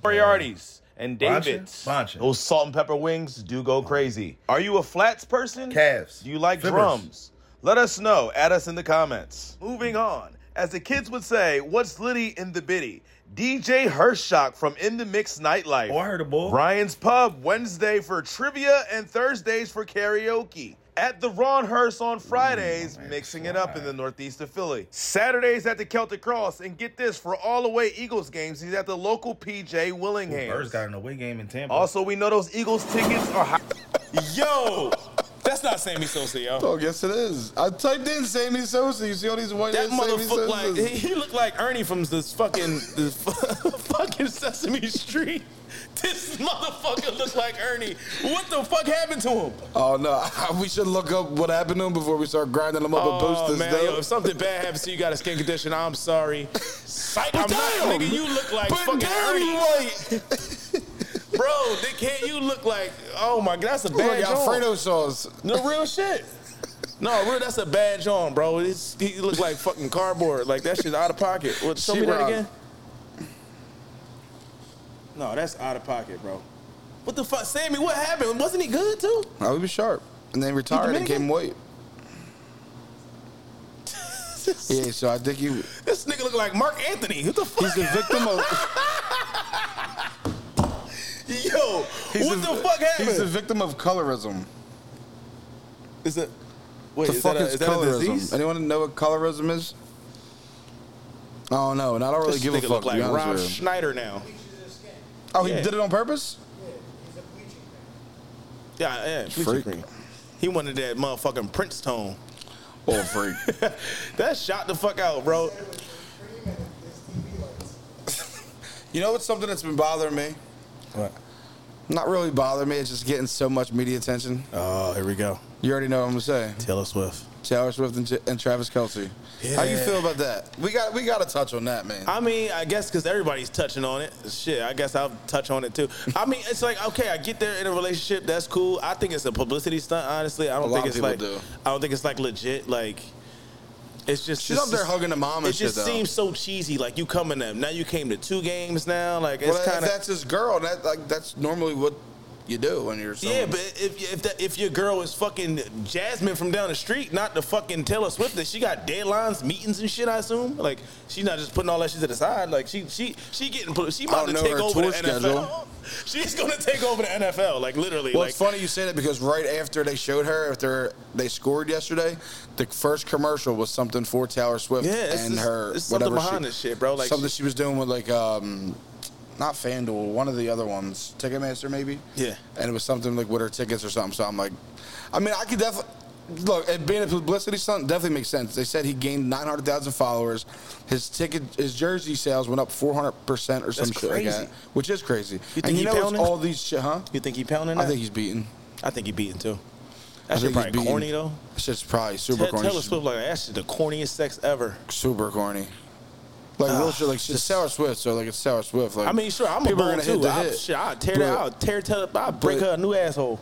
Priorities and Davids.
Those salt and pepper wings do go crazy. Are you a flats person?
Calves.
Do you like
Flippers.
drums? Let us know. Add us in the comments. Moving on. As the kids would say, what's litty in the bitty? DJ Hershock from In the Mix Nightlife.
Oh, I heard a bull.
Ryan's Pub Wednesday for trivia and Thursdays for karaoke. At the Ron Hearst on Fridays, mixing it up in the northeast of Philly. Saturdays at the Celtic Cross, and get this for all away Eagles games, he's at the local PJ Willingham.
Birds got an away game in Tampa.
Also, we know those Eagles tickets are high.
Yo, that's not Sammy Sosa, yo.
Oh, yes, it is. I typed in Sammy Sosa. You see all these white
That
ass Sammy
motherfucker, like,
Sosas.
he, he looked like Ernie from this fucking, this [LAUGHS] fu- fucking Sesame Street. [LAUGHS] This motherfucker looked like Ernie. What the fuck happened to him?
Oh no, [LAUGHS] we should look up what happened to him before we start grinding him up and post
Oh
this.
man,
though.
yo, if something bad happens to you, you got a skin condition. I'm sorry. Psych, I'm
damn!
not, nigga. You look like
But
fucking
damn,
Ernie,
you
[LAUGHS] bro. Dickhead, you look like. Oh my god, that's a
Look
bad
like
joint.
Alfredo sauce.
No real shit. No, real. That's a bad joint, bro. It's, he look like fucking cardboard. Like that shit's out of pocket. What, show me that
Sheetrock.
again. No, that's out of pocket, bro. What the fuck, Sammy? What happened? Wasn't he good
[LAUGHS]
too?
I would be sharp. And then retired and
Dominican?
came white. yeah, so I think he
This nigga look like Mark Anthony. What the fuck?
he's the victim of [LAUGHS]
Yo,
he's
what
a-
the fuck happened?
He's the victim of colorism.
Is it? Wait,
The
is
fuck
that, a,
is
is that a
colorism?
disease?
Anyone know what colorism is? Oh no, and I don't really
This
give a
nigga
fuck.
look
to be
like
honest
Rob
with you.
Schneider now.
oh, he
yeah.
did it on purpose.
Yeah, yeah. bleaching
Freak.
cream. He wanted that motherfucking Prince tone.
Oh, freak.
That shot the fuck out, bro.
You know what's something that's been bothering me?
What?
Not really bothering me. It's just getting so much media attention.
Oh, here we go.
You already know what I'm gonna say.
Taylor Swift.
Taylor Swift and, J- and Travis Kelsey. How you feel about that? We got we got to touch on that, man.
I mean, I guess because everybody's touching on it. Shit, I guess I'll touch on it too. I mean, it's like okay, I get there in a relationship. That's cool. I think it's a publicity stunt. Honestly, I don't
A lot
think
of
it's
people
like.
do.
I don't think it's like legit. Like, it's just
She's
it's
up there
just-
hugging the mom
It
and
just
shit. though.
seems so cheesy. Like you coming to now, you came to two games now. Like it's
well, if
kind of
that's his girl. That like that's normally what you do when you're. Someone.
Yeah, but if if that, if your girl is fucking Jasmine from down the street, not the fucking Taylor Swift, that she got deadlines, meetings, and shit. I assume like she's not just putting all that shit to the side. Like she she she getting put- she
don't
about to
know
take
her
over
tour
the
schedule.
NFL. [LAUGHS] She's gonna take over the NFL. Like literally,
Well,
like
it's funny you say that because right after they showed her, after they scored yesterday, the first commercial was something for Taylor Swift
Yeah, it's-
and
it's-
her.
it's something
whatever
behind
she,
this shit, bro, like
something she, was doing with like um, not FanDuel, one of the other ones, Ticketmaster maybe.
Yeah.
And it was something like with her tickets or something. So I'm like, I mean, I could definitely. Look, it being a publicity stunt definitely makes sense. They said he gained 900,000 followers. His ticket, his jersey sales went up 400% or some shit like
crazy.
that, which is crazy.
think
and you
he
know it's
pounding?
all these shit, huh?
You think he pounding?
I
that?
think he's beaten.
I think he beating
I
too. That shit
think he's
probably
beaten.
corny though.
That shit's probably super
Ted
corny.
Taylor Swift like that shit the corniest sex ever.
super corny. Like
Ah,
real shit, like shit's Taylor Swift, so like it's Taylor Swift. Like
I mean, sure, I'm a
people are
bone
gonna hit
too.
the
I,
hit,
shit, I'll tear
but-
that. I'll tear Taylor. I'll break
but-
her a
[LAUGHS]
new asshole.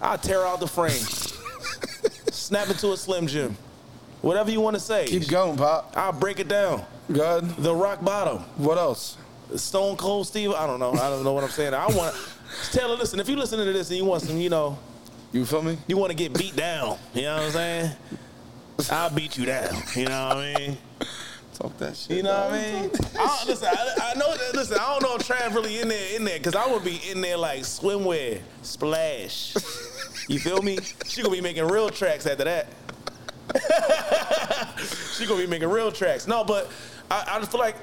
I'll tear out the frame. Snap it to a slim jim. Whatever you want to say.
Keep going, Pop.
I'll break it down.
Good.
The rock bottom.
What else?
Stone Cold Steve. I don't know. I don't know what I'm saying. I want Taylor. Listen, if you listening to this and you want some, you know,
You feel me?
you want to get beat down. You know what I'm saying? I'll beat you down. You know what I mean?
Talk that shit.
You know what I mean? I, listen, I, I know. Listen, I don't know if Trav really in there, in there, because I would be in there like swimwear, splash. You feel me? She gonna be making real tracks after that. [LAUGHS] she gonna be making real tracks. No, but I, I just feel like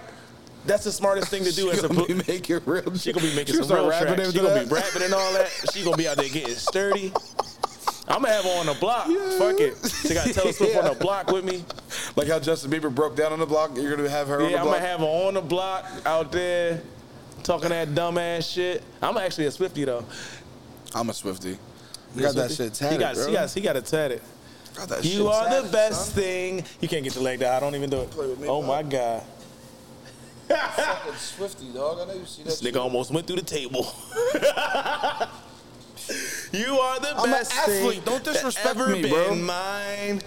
that's the smartest thing to do as a
gonna be making real.
she gonna be making
She'll
some
start
real
rapping
tracks.
after
She gonna be
that.
rapping and all that. She gonna be out there getting sturdy. I'm gonna have her on the block. Fuck it. She got Taylor Swift on the block with me.
Like how Justin Bieber broke down on the block. You're gonna have her on the
Yeah, I'm
block.
gonna have her on the block out there talking that dumbass shit. I'm actually a Swifty though.
I'm a Swifty. You got that shit
He
tatted,
got,
bro.
he got, he got it tatted.
Got that shit
You are the
tatted,
best
son.
thing. You can't get your leg down. I don't even do it.
Play with me,
oh
bro.
my god, [LAUGHS]
Fucking Swifty, dog. I know you see that.
this nigga almost went through the table. [LAUGHS] you are the
I'm an
best
athlete.
thing
Don't
that
disrespect
ever
me,
been
bro.
Mine.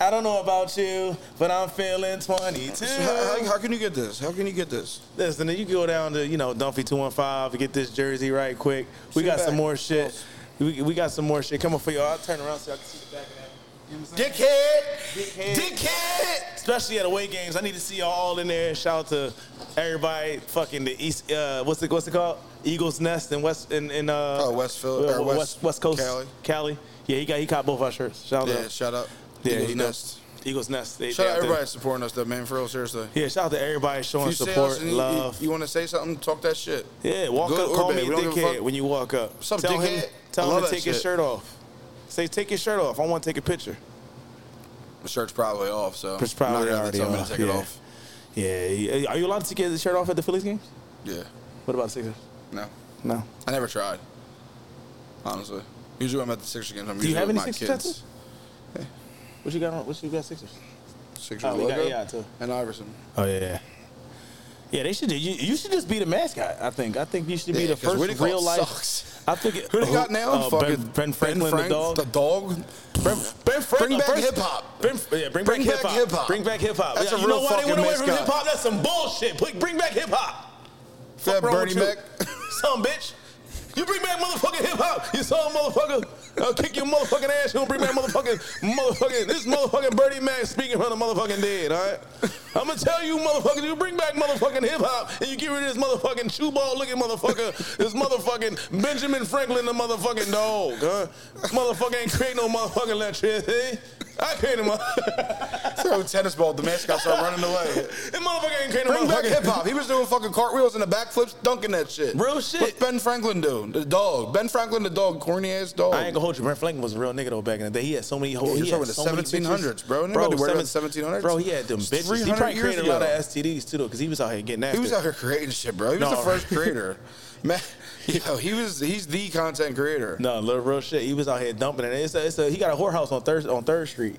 I don't know about you, but I'm feeling 22.
How, how- how can you get this? How can you get this?
Listen, you can go down to you know Dumphy Two One Five get this jersey right quick. We
Sit
got
back.
some more shit. We, we got some more shit coming for y'all. I'll turn around so I can see the back of that. You know what I'm saying?
Dickhead.
Dickhead.
Dickhead.
Especially at away games, I need to see y'all all in there. Shout out to everybody. Fucking the East. Uh, what's it What's it called? Eagles Nest and West in in uh,
Oh, Westfield-
uh,
or
West,
West-
West Coast
Cali.
Cali. Yeah, he got he caught both our shirts. Shout out to
Yeah,
him.
shout out.
Yeah,
Eagles
you know.
Nest.
Eagles Nest. They,
Shout
they
out
out there.
everybody supporting us, though, man. For real, seriously.
Yeah, shout out to everybody showing
If you see us
support,
and you-
love.
You, want to say something? Talk that shit.
Yeah, walk
Good
up,
or
call
bad,
me a
we don't give a
dickhead
fuck.
when you walk up.
What's up,
tell
dickhead?
him, tell
I
him
love
to
that
take his
shit.
shirt off. Say, take your shirt off. I want to take a picture.
The shirt's probably off, so
It's
I'm
probably
not gonna
already
tell me
off,
to take
yeah.
it off.
Yeah. yeah. Are you allowed to take his shirt off at the Phillies game?
Yeah,
What about Sixers?
no,
No.
I never tried. Honestly, usually when I'm at the Sixers games. I'm
Do you
usually
have
with
any
my
Sixers
kids.
tattoos? What you got on? What you got Sixers?
Sixers
Oh, we got
logo
AI too.
and Iverson.
Oh yeah. Yeah, they should. do- You, you should just be the mascot. I think. I think you should be
Yeah,
the
'cause Whitney
first
Cole
real life.
sucks.
I think. It,
Who Oh, they got now?
Uh,
Fucking
ben, ben Franklin,
Frank-
the dog.
Ben,
Ben Franklin,
Bring back
first-
hip hop.
Bring, yeah, bring,
Bring back
back hip hop.
hip-hop.
Bring back hip hop.
That's
yeah,
a
you
real
know why they went
fucking
away from
mascot.
hip hop? That's some bullshit. Put- Bring back hip hop.
That
Fuck wrong
Bernie
with you?
Mac.
[LAUGHS] Some bitch. You bring back motherfucking hip hop. You saw motherfucker. I'll kick your motherfucking ass. You don't bring back motherfucking motherfucking. This motherfucking Bernie Mac speaking from the motherfucking dead. All right. I'm gonna tell you, motherfuckers. You bring back motherfucking hip hop and you get rid of this motherfucking chew ball looking motherfucker. this motherfucking Benjamin Franklin, the motherfucking dog. Huh? Motherfucker ain't create no motherfucking electricity. I created my. [LAUGHS]
Throw a tennis ball. The mascots are running
[LAUGHS]
away.
this motherfucker ain't creating no
Bring back
motherfucking
hip hop. He was doing fucking cartwheels and the backflips, dunking that shit.
Real shit.
What's Ben Franklin do? The dog. Ben Franklin, the dog, corny ass dog.
I ain't gonna hold you. Brent Franklin was a real nigga though back in the day. He had so many hoes.
you're
he
talking
had
the
so many bitches.
1700s, bro. Nobody worried about
seven-
1700s.
Bro, he had them bitches. He
300
probably
years
created a lot of
ago.
STDs too though, because he was out here getting after.
he was out here creating shit, bro. He was
No,
the
right.
first
[LAUGHS]
creator. Man, yo, he was. He's the content creator.
No, little real shit. He was out here dumping it. It's a, it's a, he got a whorehouse on third on Third Street,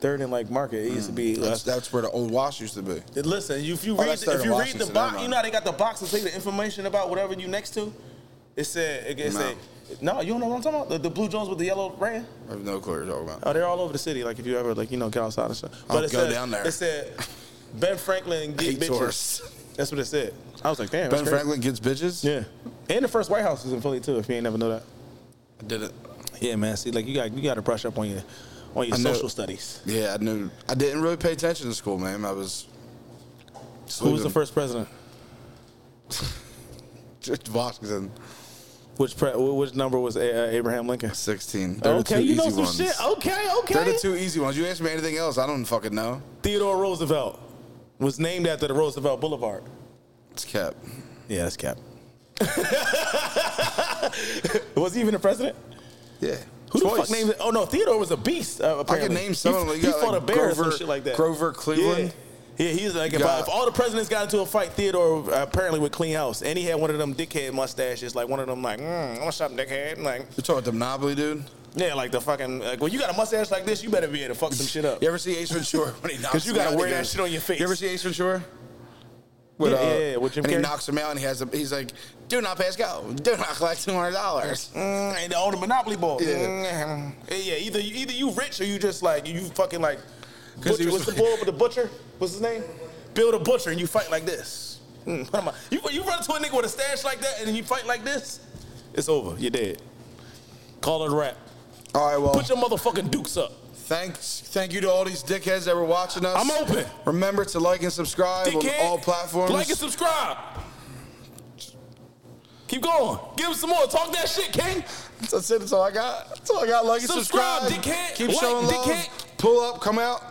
Third and like Market. It used to be.
Mm, That's,
uh,
that's where the old wash used to be.
Listen, you- if you
Oh,
read
that's
the,
Third
if
and
you read the
Washington, never
box,
mind.
you know how they got the box to take the information about whatever you next to. It said it, it said no. You don't know what I'm talking about. The, the blue Jones with the yellow brand.
I have no clue what you're talking about.
Oh, they're all over the city. Like if you ever like you know get outside and stuff.
I'll
it
go
said,
down there.
It said Ben Franklin get
Hate
bitches.
tourists.
That's what it said. I was like, damn.
Ben
Ben
Franklin
Franklin.
gets bitches.
Yeah. And the first White House was in Philly too. If you ain't never know that.
I did it.
Yeah, man. See, like you got you got to brush up on your on your
I know.
social studies.
Yeah, I knew. I didn't really pay attention to school, man. I was
Who was the first president?
[LAUGHS] just Washington,
Which pre- which number was uh, Abraham Lincoln?
sixteen. They're the
Okay,
two
you know
easy
some
ones.
shit. Okay, okay.
They're the two easy ones. You ask me anything else, I don't fucking know.
Theodore Roosevelt was named after the Roosevelt Boulevard.
It's cap.
Yeah, that's cap. [LAUGHS] was he even a president?
Yeah.
Who the
Twice.
fuck named it? Oh no, Theodore was a beast. Uh,
I can
apparently.
name some
he,
of them. You
He
got,
fought
like,
a bear or some
Grover-
shit like that.
Grover Cleveland.
Yeah, yeah he's like
You
if,
got-
I- if all the presidents got into a fight, Theodore uh, apparently would clean house, and he had one of them dickhead mustaches, like one of them like mm, I'm gonna shop dickhead, and like
You talking about the Monopoly dude?
yeah, like the fucking like when you got a mustache like this, you better be able to fuck some shit up.
You ever see Ace Ventura [LAUGHS] when he knocks?
'Cause you gotta
him out,
wear
he
that
goes-
shit on your face.
You ever see Ace Ventura? With, uh,
Yeah, yeah, yeah, with Jim
and he
Carrey.
knocks him out, and he has a, he's like, "Do not pass go. Do not collect two hundred dollars."
Mm, and on the Monopoly ball.
Yeah.
Mm, Yeah, either you, either you rich or you just like you fucking like.
'Cause he
Butcher,
was-
what's the bull with the butcher? What's his name? Bill the butcher, and you fight like this. Mm, what am I? You you run to a nigga with a stash like that, and then you fight like this. It's over. You're dead. Call it a wrap.
[LAUGHS] All right, well,
Put your motherfucking dukes up.
thanks, thank you to all these dickheads that were watching us.
I'm open.
Remember to like and subscribe
Dickhead.
on all platforms.
Like and subscribe. Keep going. Give him some more. Talk that shit, King.
That's it. That's all I got. That's all I got. Like and subscribe.
Subscribe, dickhead.
Keep
Like,
showing love.
dickhead.
Pull up. Come out.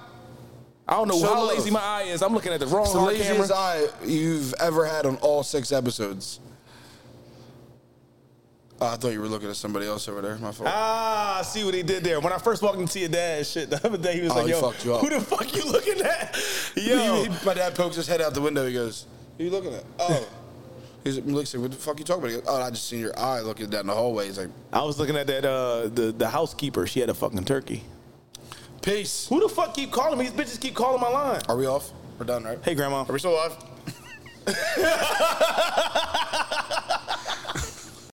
I don't know
Show
how
love.
lazy my eye is. I'm looking at the wrong
It's the
hard camera.
laziest eye you've ever had on all six episodes. Oh, I thought you were looking at somebody else over there. My fault.
Ah, I see what he did there. When I first walked into your dad's shit the other day, he was
Oh,
like,
he
"Yo,
fucked you up.
who the fuck you looking [LAUGHS] at?"
He- [LAUGHS]
Yo,
he- my dad pokes his head out the window. He goes, "Who you looking at?" Oh, he's he looks like, "What the fuck you talking about?" He goes, "Oh, I just seen your eye looking down the hallway." He's like,
I was looking at that uh, the the housekeeper. She had a fucking turkey.
"Peace."
Who the fuck keep calling me? These bitches keep calling my line.
Are we off? We're done, right?
Hey, grandma.
Are we still live?